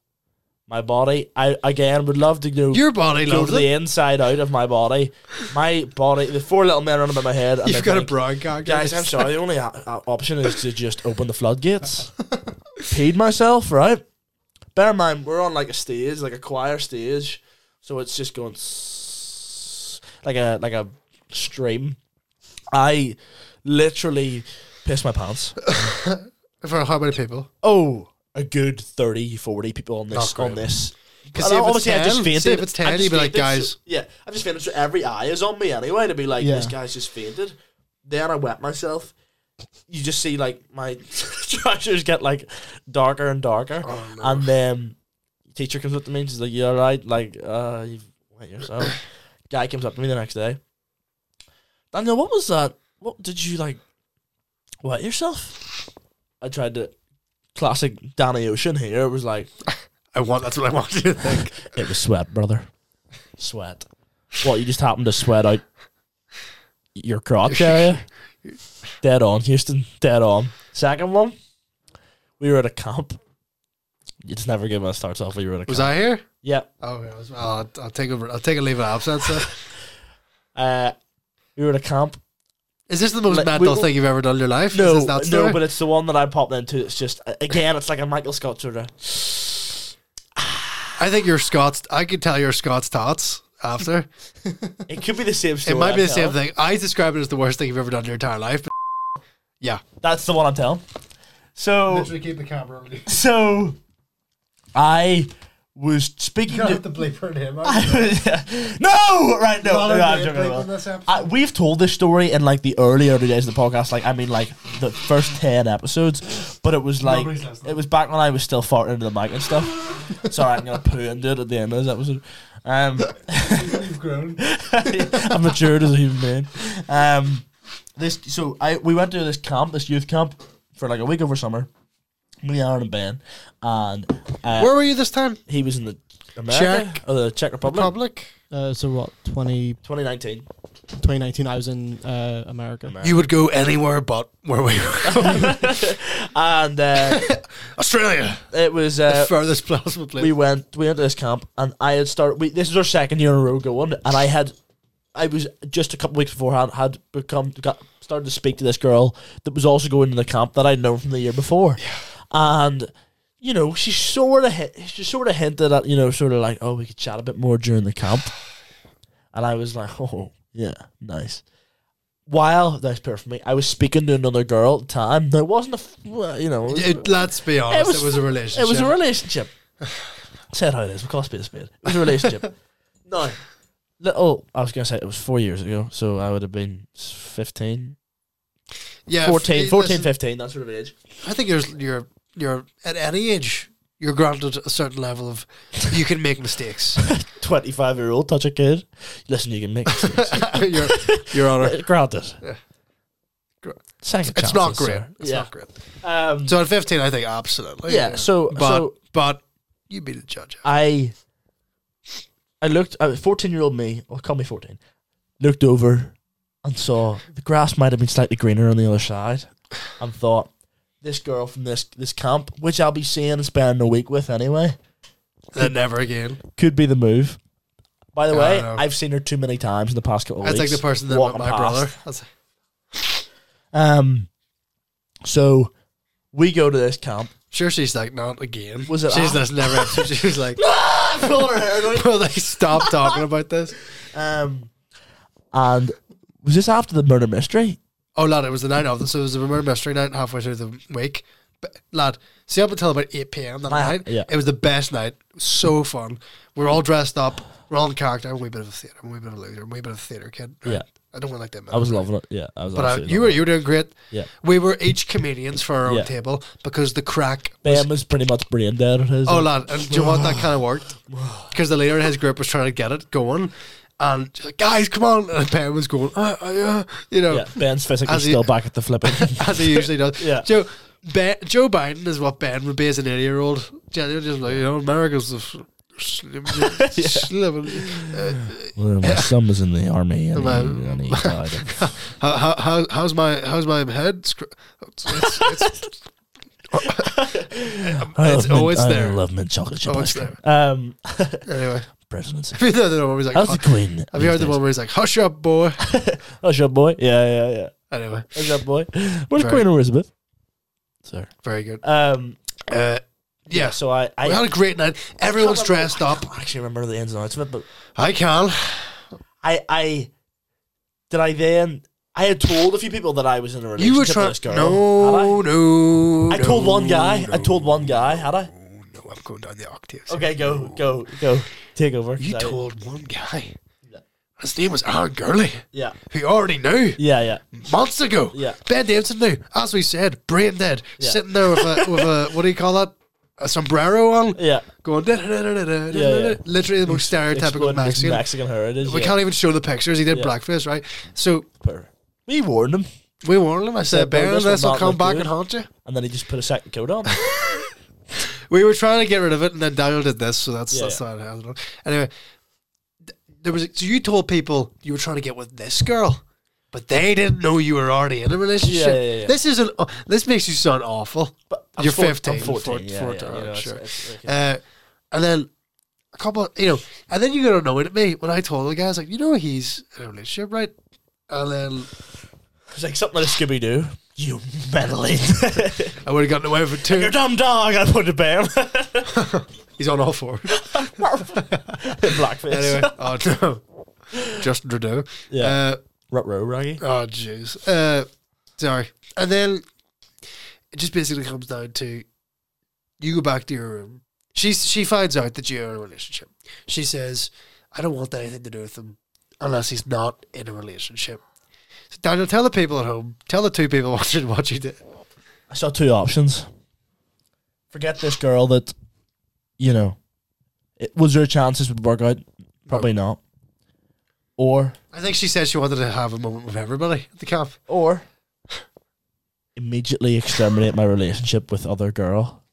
My body, I again would love to go. Your body go to loves it. the inside out of my body. My body, the four little men running about my head. And You've they got a think, brown character. Guys, I'm sorry. The only o- o- option is to just open the floodgates. Peed myself, right? Bear in mind, we're on like a stage, like a choir stage, so it's just going s- like a like a stream. I literally pissed my pants. For how many people? Oh, a good 30, 40 people on this Not great. on this. 'Cause And see if it's obviously, I just 10, fainted. see if it's 10, I just you'd be like, fainted, so- "Guys." yeah, I just fainted. So every eye is on me anyway to be like, Yeah. this guy's just fainted. Then I wet myself. You just see like my trousers get like darker and darker, Oh, and then teacher comes up to me and she's like, "You all right?" Like, uh, you wet yourself. Guy comes up to me the next day. Daniel, what was that? What did you like? Wet yourself? I tried to classic Danny Ocean here. It was like I want. That's what I want you to think. it was sweat, brother. Sweat. What you just happened to sweat out your crotch area? Dead on, Houston. Dead on. Second one, we were at a camp. It's never given us starts off. We were at a Was camp. I here? yeah. Oh, yeah. I was- oh, I'll, I'll take over. I'll take a leave of absence. then. Uh, we were at a camp. Is this the most Like, mental we- thing you've ever done in your life? No, Is this that no, story? but it's the one that I popped into. It's just uh, again, it's like a Michael Scott sort of. I think you're Scots. I could tell you're Scots tots after. It could be the same It story. might be I'm the same telling. thing. I describe it as the worst thing you've ever done in your entire life. But yeah. That's the one I'm telling. So keep the camera on you. So I was speaking to the bleeper in him. no, right? No, no, I'm joking. no. I, we've told this story in like the early, early days of the podcast. Like, I mean, like the first ten episodes, but it was like Nobody's listening. it was back when I was still farting into the mic and stuff. Sorry, I'm gonna poo and do it at the end of this episode. Um, I'm matured as a human being. Um, this so I we went to this camp, this youth camp, for like a week over summer. Me, Aaron, and Ben, and uh, Where were you this time? he was in the America, Czech or the Czech Republic, Public. Uh, so what? 20, 2019. 2019, I was in uh, America. You would go anywhere but where we were. And uh, Australia. it was The uh, furthest possible place. we went we went to this camp, and I had started. We, this is our second year in a row going, and I had I was just a couple weeks beforehand had become got started to speak to this girl that was also going to the camp that I'd known from the year before, and. You know, she sort of she sort of hinted at you know, sort of like, oh, we could chat a bit more during the camp, and I was like, oh, yeah, nice. While that's perfect for me, I was speaking to another girl at the time. There wasn't a, f- well, you know, it was- It- let's be honest. It was, a relationship. it was a relationship. Said how it is. We call a spade a spade. It was a relationship. no, little. I was gonna say it was four years ago, so I would have been 15, yeah, 14, f- 14, listen, 15, that sort of age. I think you're you're you're at any age you're granted a certain level of you can make mistakes. Twenty-five year old touch a kid. Listen, you can make mistakes. your, your honor. Granted, Gra- second It's chances, not great. sir. It's yeah. not great. Um, So at 15 I think absolutely. Yeah, so- but so- but you be the judge. I I looked at fourteen year old me, or call me fourteen, looked over and saw the grass might have been slightly greener on the other side and thought, This girl from this this camp, which I'll be seeing and spending a week with anyway, Then never again. Could be the move. By the I way, don't know. I've seen her too many times in the past couple of Uh, That's like weeks. the person that walking my past. brother. That's, Um, so we go to this camp. sure, she's like not again. Was it She's off? listening to every episode. She was like, Pulling her hair down. "Bro, they stop talking about this." Um, and was this after the murder mystery? Oh, lad, it was the night of. So it was a murder mystery night halfway through the week. But, lad, see up until about 8 p.m. that Ah, night. yeah. It was the best night. So fun. We were all dressed up. We're all in character. I'm a wee bit of a theatre. I'm a wee bit of a loser. I'm a wee bit of a theatre kid. right? Yeah. I don't want like that. I was loving it. Yeah, I was. But uh, absolutely you were loving you were doing great. Yeah. We were each comedians for our own Yeah. table because the crack. it. Ben was pretty much brain dead. at his Oh, age. lad, and do you know what? That kind of worked because the leader in his group was trying to get it going, and she's like, guys, come on! And Ben was going, uh, uh, uh," you know, yeah, Ben's physically As he- still back at the flipping. as he usually does. Yeah. Joe ben, Joe Biden is what Ben would be as an eighty year old. Yeah, they're just like you know, America's the f- slim, slim- well, my son was in the army, and, My- he, and he died. of- How, how, how, how's my how's my head? Scr- It's, it's, it's, I It's- love oh, mint- it's I there. love mint chocolate chip Oh, ice it's cream. Um, anyway, presidency. you know, the one where he's like, How's the "Hu- queen? have you heard the one where he's like, hush up, boy? How's your boy? Yeah, yeah, yeah. Anyway, How's your boy? Where's Very- Queen Elizabeth? Sir. very good. Um. Uh, yeah, So I. I we had a great night. Everyone's can't remember- dressed up. I can't actually remember the ins and outs of it, but I can. I, I did I then I had told a few people that I was in a relationship You were with trying. this girl. No, had no. I? I told no, one guy. I no, told one guy. Had I? No, no, I'm going down the octaves. Okay, go, go, go. Take over. 'cause You I- told one guy. His name was Aaron Gurley, Yeah, who you already knew yeah, yeah. months ago. Yeah. Ben Davidson knew, as we said, brain dead, Yeah. sitting there with a, with a what do you call that? A sombrero on, Yeah, going da, da, da, da, da, da, Yeah, da, yeah. da. literally the most stereotypical Exploding his Mexican. Mexican heritage. We yeah. can't even show the pictures. He did Yeah. blackface, right? So But We warned him, we warned him. I Said, said, "No, Ben, this this will will not come look back good." and haunt you. and then he just put a second coat on. We were trying to get rid of it, and then Daniel did this, so that's Yeah, that's yeah. not how it happened. Anyway, th- there was so you told people you were trying to get with this girl, but they didn't know you were already in a relationship. Yeah, yeah, yeah. This is an uh, this makes you sound awful. But You're four- 15, I'm 14. four- yeah, four- yeah, I'm you know, it's- sure. it's- okay. Uh, and then a couple, of, you know, and then you got annoyed at me when I told the guys like, you know, he's in a relationship, right? And then It's like something like a Scooby Doo. You meddling. I would have gotten away with it Your too. dumb dog. I put it down. He's on all fours. Blackface. anyway, oh no, Justin Trudeau. Yeah. Uh, Rut row, Raggy. Oh jeez. Uh, sorry. And then it just basically comes down to you go back to your room. She she finds out that you're in a relationship. She says, "I don't want anything to do with him unless he's not in a relationship." So Daniel, tell the people at home, tell the two people watching what you did. I saw two options. Forget this girl that, you know, it, was there a chance this would work out? Probably not. Or, I think she said she wanted to have a moment with everybody at the camp. or, immediately exterminate my relationship with other girl,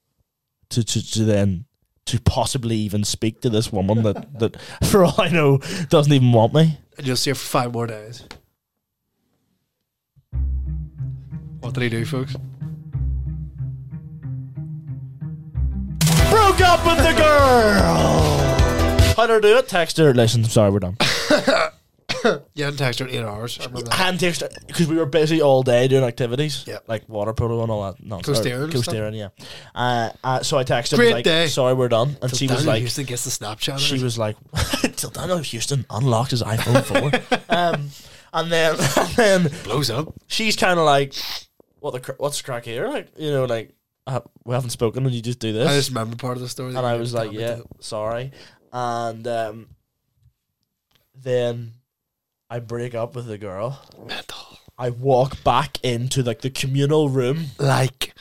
to to, to then to possibly even speak to this woman that that for all I know doesn't even want me. and you'll see her for five more days. What did he do, folks? Broke up with the girl. How'd her do it? Text her. Listen, sorry, we're done. You hadn't texted her in eight hours. I remember that. hand text because we were busy all day doing activities, Yeah. like water polo and all that. No, Coast Air and stuff? yeah. Uh, uh, so I texted her Great like, day. "Sorry, we're done," and she was Daniel like, Houston gets the Snapchat. "She was like, till Daniel Houston unlocked his iPhone four, um, and then and then blows up. she's kind of like, what the cr- what's the crack here? Like, you know, like uh, we haven't spoken, and you just do this." I just remember part of the story. that and you I had was to like, tell me "Yeah, to- sorry." And um, then I break up with the girl. Mental. I walk back into like the communal room. Like,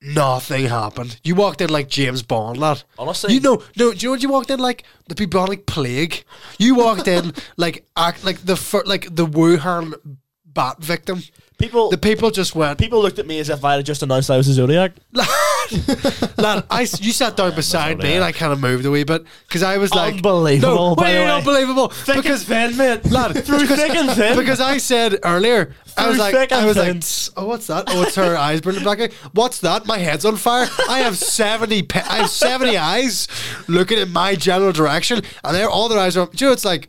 nothing happened. You walked in like James Bond, lad. Honestly. You know, no, do you know what you walked in like? The bubonic plague. You walked in like act, like the fir- like the Wuhan bat victim. People The people just went, people looked at me as if I had just announced I was a Zodiac. lad, Lad, I, s- you sat down beside me and I kind of moved a wee bit because I was like, Unbelievable, No, by wait, the way. unbelievable. and because thin, mate. lad, Through because- thick and thin. Because I said earlier, I was Through like, thick and I was like, thin. "Tss, oh, what's that? Oh, it's her eyes burning black. What's that? My head's on fire. I have seventy, pe- I have seventy eyes looking in my general direction, and they're all their eyes are. Do you know? It's like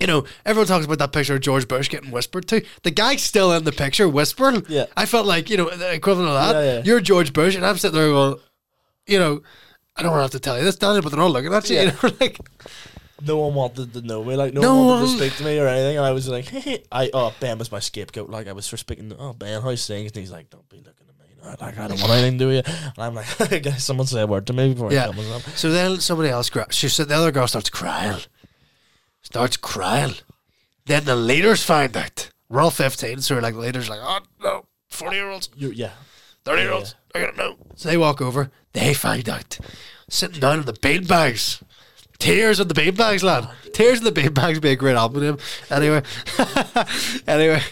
you know, everyone talks about that picture of George Bush getting whispered to. The guy's still in the picture whispering. Yeah. I felt like, you know, the equivalent of that. Yeah, yeah. You're George Bush, and I'm sitting there going, you know, I don't want to have to tell you this, Danny, but they're all looking at you. You know, like, No one wanted to know me, like no, No one wanted one- to speak to me or anything. And I was like, hey, I oh Ben was my scapegoat. Like I was for speaking. to, Oh Ben, how's things? And he's like, don't be looking at me. you know, Like I don't want anything to do with you. And I'm like, I guess someone say a word to me before yeah. I come up. So then somebody else grabs, she said, the other girl starts crying. Starts crying. Then the leaders find out. We're all 15, so we're like, the leaders are like, oh, no, 40 year olds. You, yeah, 30 year olds, I gotta know. So they walk over, they find out. Sitting down on the beanbags. Tears on the beanbags, lad. Tears on the beanbags be a great album name. Anyway, anyway,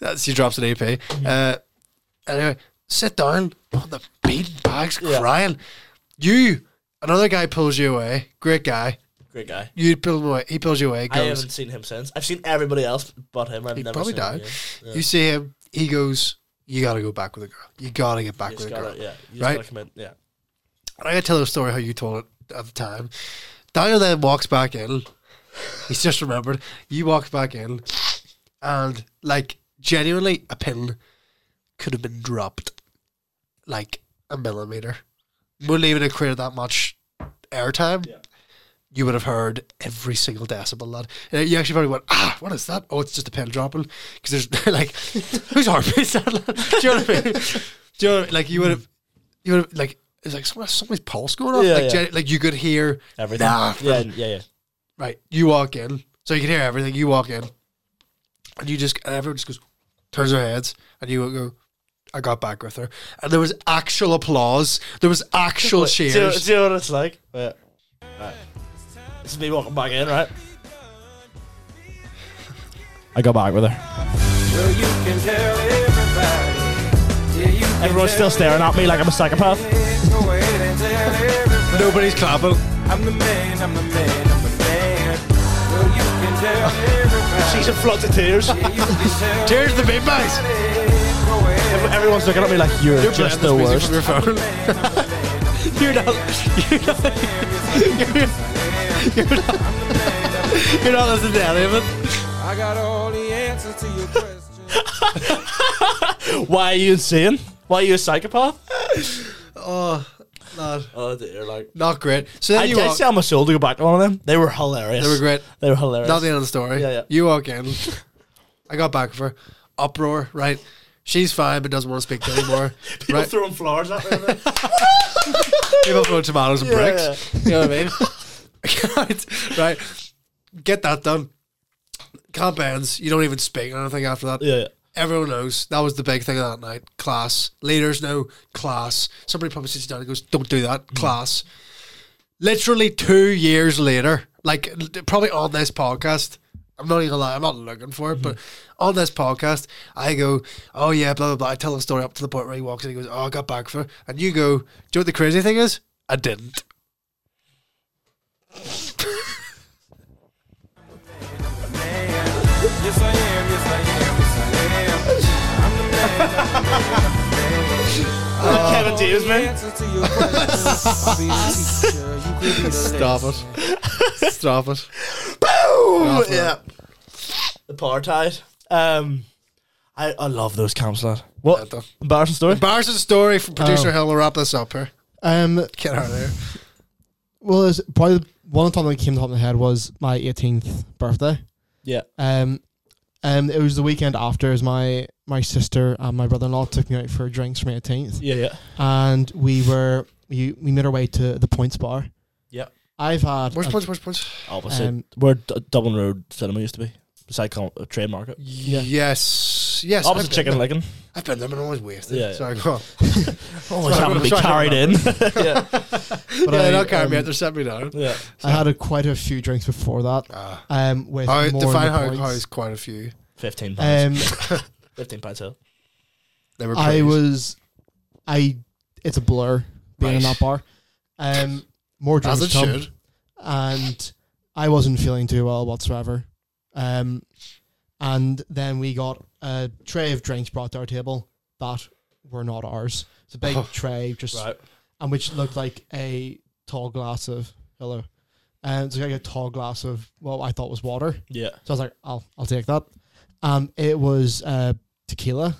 that, she drops an EP. Uh, anyway, sit down on the beanbags crying. You, another guy pulls you away. Great guy. great guy. You pull him away. He pulls you away. I Goes, haven't seen him since. I've seen everybody else but him. I've he never probably seen him died. again. You see him. He goes. You gotta go back with a girl. You gotta get back You with just a girl. gotta, yeah, you just Right? gotta commit. Yeah, I gotta tell the story how you told it at the time. Daniel then walks back in. He's just remembered. You walked back in, and like genuinely, a pin could have been dropped like a millimeter. Wouldn't even have created that much airtime. You would have heard every single decibel, lad. And you actually probably went, ah, what is that? Oh, it's just a pin dropping. Because there's like, whose heartbeat is that? lad? Do you know what I mean? Do you know what I mean? Like you would have, you would have like. It's like somebody- somebody's pulse going off. Yeah, like, yeah. gen- like you could hear everything. Nah. Yeah, yeah, yeah. Right. You walk in. So you can hear everything. You walk in. And you just, and everyone just goes, turns their heads. And you go, I got back with her. And there was actual applause. There was actual Wait, Do, you- cheers. do you know what it's like? Wait. Right. This is me walking back in, right? I go back with her. Everyone's still staring at me like I'm a psychopath. Nobody's clapping. I'm the man, I'm the man, I'm the man. Well, you can tell everybody. She's in floods of tears. You can tell Cheers to the big bags. it. Go ahead. Everyone's looking at me like you're, You're just playing the this music worst. from your phone. you're not. You're not. You're not. You're not listening to any of it. I got all the answers to your questions. Why are you insane? Why are you a psychopath? Oh, lad. Oh dear, like Not great. So then I you did walk. sell my soul to go back to one of them. They were hilarious. They were great. They were hilarious. Not the end of the story. Yeah, yeah. You walk in. I got back with her. Uproar, right? She's fine, but doesn't want to speak to me anymore. People right? throwing flowers at me. People throwing tomatoes and bricks. You know what I mean? right? right. Get that done. Camp ends. You don't even speak or anything after that. yeah, yeah. Everyone knows that was the big thing of that night. Class. Leaders know class. Somebody probably sits down and goes, Don't do that. Class. Literally two years later, like l- probably on this podcast, I'm not even gonna lie, I'm not looking for it, but on this podcast, I go, Oh yeah, blah blah blah. I tell the story up to the point where he walks in and he goes, Oh, I got back for it. And you go, Do you know what the crazy thing is? I didn't. Yes, I am, yes, I am, yes, I am. I'm the man, I'm the Kevin man, I'm the man. Davis, The man. answers to your questions. I'll be the teacher, you could be the Stop lesson. it. Stop it. Boom! Awful. Yeah. The power tide. Um, I, I love those camps, lad. What? Yeah, Embarrassing story? Embarrassing story from producer Oh. Hill. We'll wrap this up here. Um, Get out of there. well, it's probably the one time that came top of my head was my 18th birthday. Yeah. Um, um, it was the weekend after. As my my sister and my brother in law took me out for drinks for my 18th, Yeah, yeah. and we were we, we made our way to the Points Bar. Yeah. I've had Punch, a- punch, punch, punch. Opposite. Um, Where D- Dublin Road Cinema used to be. Beside com- uh, Trade Market. Yes. Yes. I've Opposite been Chicken there. Licken. I've been there, but I'm always wasted. Yeah, yeah. Sorry, go on. Always Sorry, having to be sorry, carried in. yeah. but yeah, I, they don't carry me um, out. They set me down. Yeah. I had a, quite a few drinks before that. Ah. Um, with I more define on the how, how points. is quite a few. 15 pounds. Um, 15 pounds hill. They were. I praised. was, I. It's a blur. being in Right. that bar. Um, more drinks As it come, should. and I wasn't feeling too well whatsoever. Um, and then we got a tray of drinks brought to our table that were not ours. It's a big Oh. tray, just and which looked like a tall glass of hello. And it's like a tall glass of what I thought was water. Yeah. So I was like, I'll I'll take that. Um, it was uh, tequila.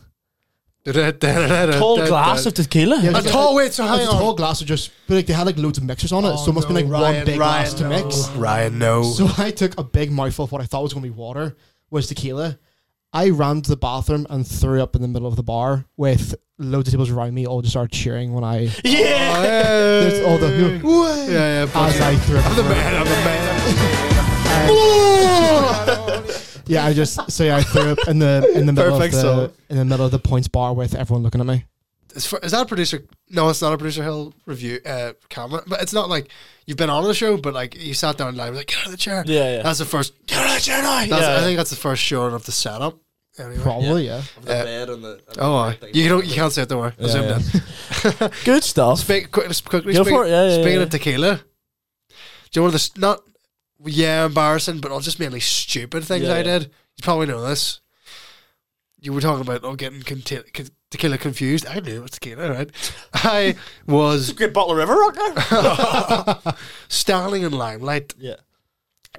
Whole glass of tequila. Yeah, A it was like tall, wait, so It hang was a on. tall glass of just, but like they had like loads of mixers on it, so it must be like one big glass to mix. Ryan, no. So I took a big mouthful of what I thought was going to be water, was tequila. I ran to the bathroom and threw up in the middle of the bar with loads of tables around me all just started cheering when I yeah. there's all the Yeah, yeah. as fuck I it. threw up. I'm in the the middle. man. I'm the man. Yeah, I just so yeah, I threw up in the in the middle Perfect of the song. in the middle of the points bar with everyone looking at me. Is, for, is that a producer? No, it's not a producer hill review uh, camera. But it's not like you've been on the show, but like you sat down live, like get out of the chair. Yeah, yeah. That's the first. Get out of the chair now. That's, I think that's the first showing of the setup. Anyway. Probably, yeah. Uh, Oh, aye. you don't. You can't say it. Don't worry. I zoomed in. Good stuff. Speak, quick, just quickly, Go speak, for it, yeah, yeah, speaking yeah. of tequila, do you know one of the s- not yeah embarrassing, but all just mainly stupid things Yeah, I yeah. did? You probably know this. You were talking about oh, getting conti- con- tequila confused. I knew it was tequila, right? I was Great bottle of River Rocker. standing in limelight Yeah.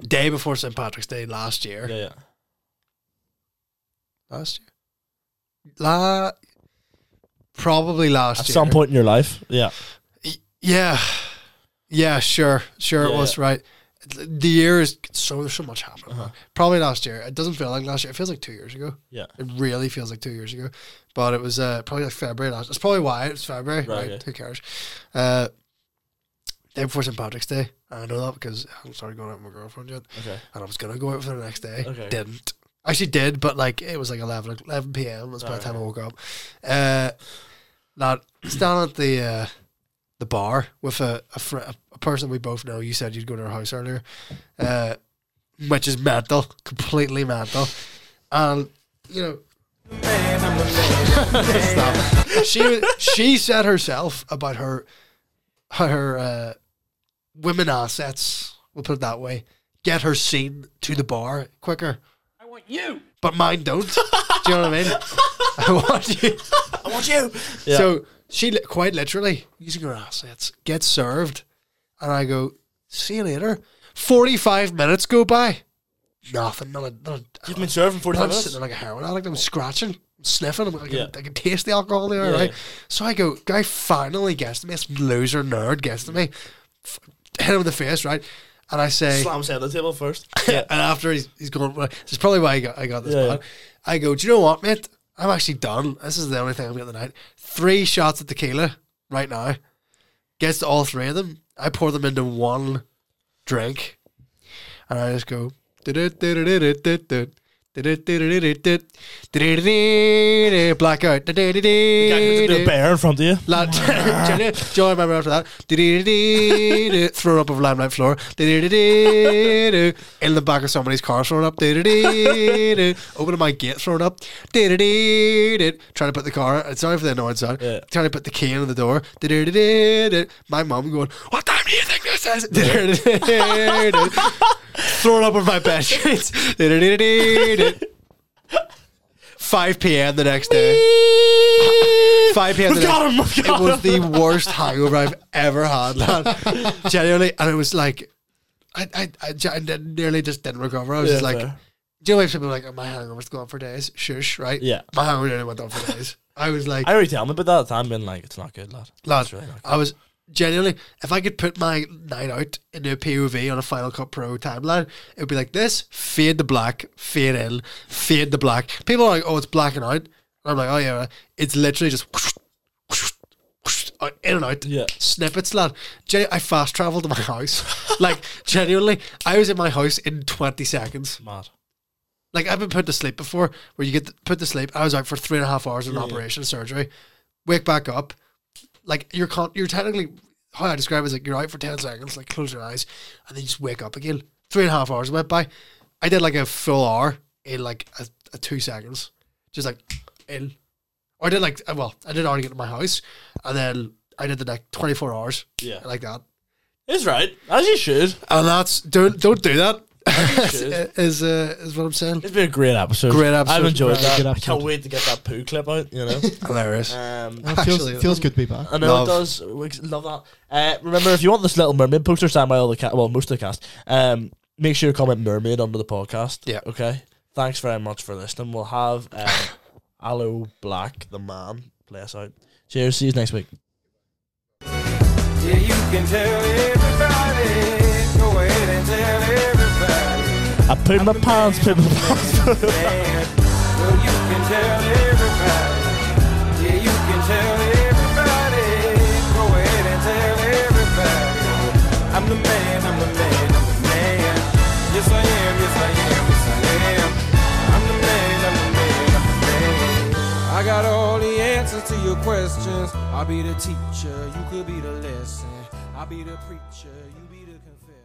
day before St Patrick's Day last year. Yeah, yeah. Last year, la probably last At year. some point in your life. Yeah. Yeah, yeah, sure, sure, it Yeah, Uh-huh. was right. Th- The year is so there's so much happening. man. Probably last year. It doesn't feel like last year. It feels like two years ago. Yeah. It really feels like two years ago, but it was uh, probably like February last. That's probably why it's February. Right, Right? okay. Who cares? Uh, day before St Patrick's Day. I know that because I haven't started going out with my girlfriend yet, Okay. and I was gonna go out for the next day. Okay. Didn't. Actually, did, but like it was like 11, 11 p.m. That's by the time I woke up. Uh, now standing at the uh, the bar with a a, fr- a person we both know. You said you'd go to her house earlier, uh, which is mental, completely mental. And you know, Stop. she she said herself about her her uh, women assets. We'll put it that way. Get her seen to the bar quicker, I want you. but mine don't. Do you know what I mean? I want you. I want you. Yeah. So she li- quite literally using her assets gets served, and I go, "See you later." Forty-five minutes go by, nothing. Not a, not a, You've been serving I'm 45 minutes. sitting there like a heroin addict. I'm scratching, sniffing. I'm like, I, can, Yeah. I can taste the alcohol there, Yeah. right? So I go, guy finally gets to me. This loser nerd gets to me. F- hit him in the face, right? And I say, Slam set the table first. and after he's, he's going, well, this is probably why I got, I got this Yeah, plan. I go, do you know what, mate? I'm actually done. This is the only thing I'm getting tonight. Three shots of tequila right now. Gets to all three of them. I pour them into one drink. And I just go, blackout. The bear in front of you. Lad, do, you, do you remember after that? Do-do-do-do-do, thrown up over limelight floor. Do-do-do-do-do, In the back of somebody's car thrown up. Do-do-do-do, Opening my gate thrown up. Do-do-do-do, Trying to put the car. uh, Sorry for the annoying sound. Yeah. Trying to put the key into the door. Do-do-do-do. My mum going, What time do you think this is? Do-do-do-do. Thrown up over my bed sheets. Do-do-do-do-do. 5 p.m. the next day. 5 p.m. We've the next- got him. We've it got was him. the worst hangover I've ever had, lad. Genuinely, and it was like, I, I, I, ge- I did- nearly just didn't recover. I was Yeah, just like, fair. do you know why people are like, oh, my hangover's gone for days? Shush, right? Yeah. My hangover nearly went on for days. I was like, I already tell him about that at the time, being like, it's not good, lad. lad, It's really not I was genuinely, if I could put my night out into a POV on a Final Cut Pro timeline, it would be like this fade to black, fade in, fade to black. People are like, oh, it's blacking out. And I'm like, oh, yeah, right." it's literally just. out- In and out, Yeah. snippets, lad. Gen- I fast traveled to my house. like, genuinely, I was in my house in 20 seconds. Mad. Like I've been put to sleep before, where you get th- put to sleep. I was out for three and a half hours in an operation surgery. Wake back up, like you're con- you're technically how I describe it is like you're out for ten seconds, like close your eyes, and then you just wake up again. Three and a half hours went by. I did like a full hour in like a, a two seconds, just like in. Or I did like uh, well, I did already get to my house, and then I I did the next 24 hours. Yeah. Like that. It's right. As you should. And that's, don't, don't do that. should. is, uh, is what I'm saying. It's been a great episode. Great episode. I've enjoyed Really that. good I can't episode. wait to get that poo clip out, you know. Hilarious. um, It feels, Actually, feels good to be back. I know Love. it does. We love that. Uh, remember, if you want this Little Mermaid poster signed by all the cast, well, most of the cast, um, make sure you comment mermaid under the podcast. Yeah. Okay. Thanks very much for listening. We'll have um, Aloe Black, the man, play us out. Cheers. See you next week. Yeah, you can tell everybody. Go ahead and tell everybody. I put my pants, put my pants. Man, well, you can tell everybody. Yeah, you can tell everybody. Go ahead and tell everybody. I'm the man, I'm the man, I'm the man. Yes, I am, yes, I am, yes, I am. I'm the man, I'm the man, I'm the man. I got all the answers to your questions. I'll be the teacher, you could be the lesson. I'll be the preacher, you be the confessor.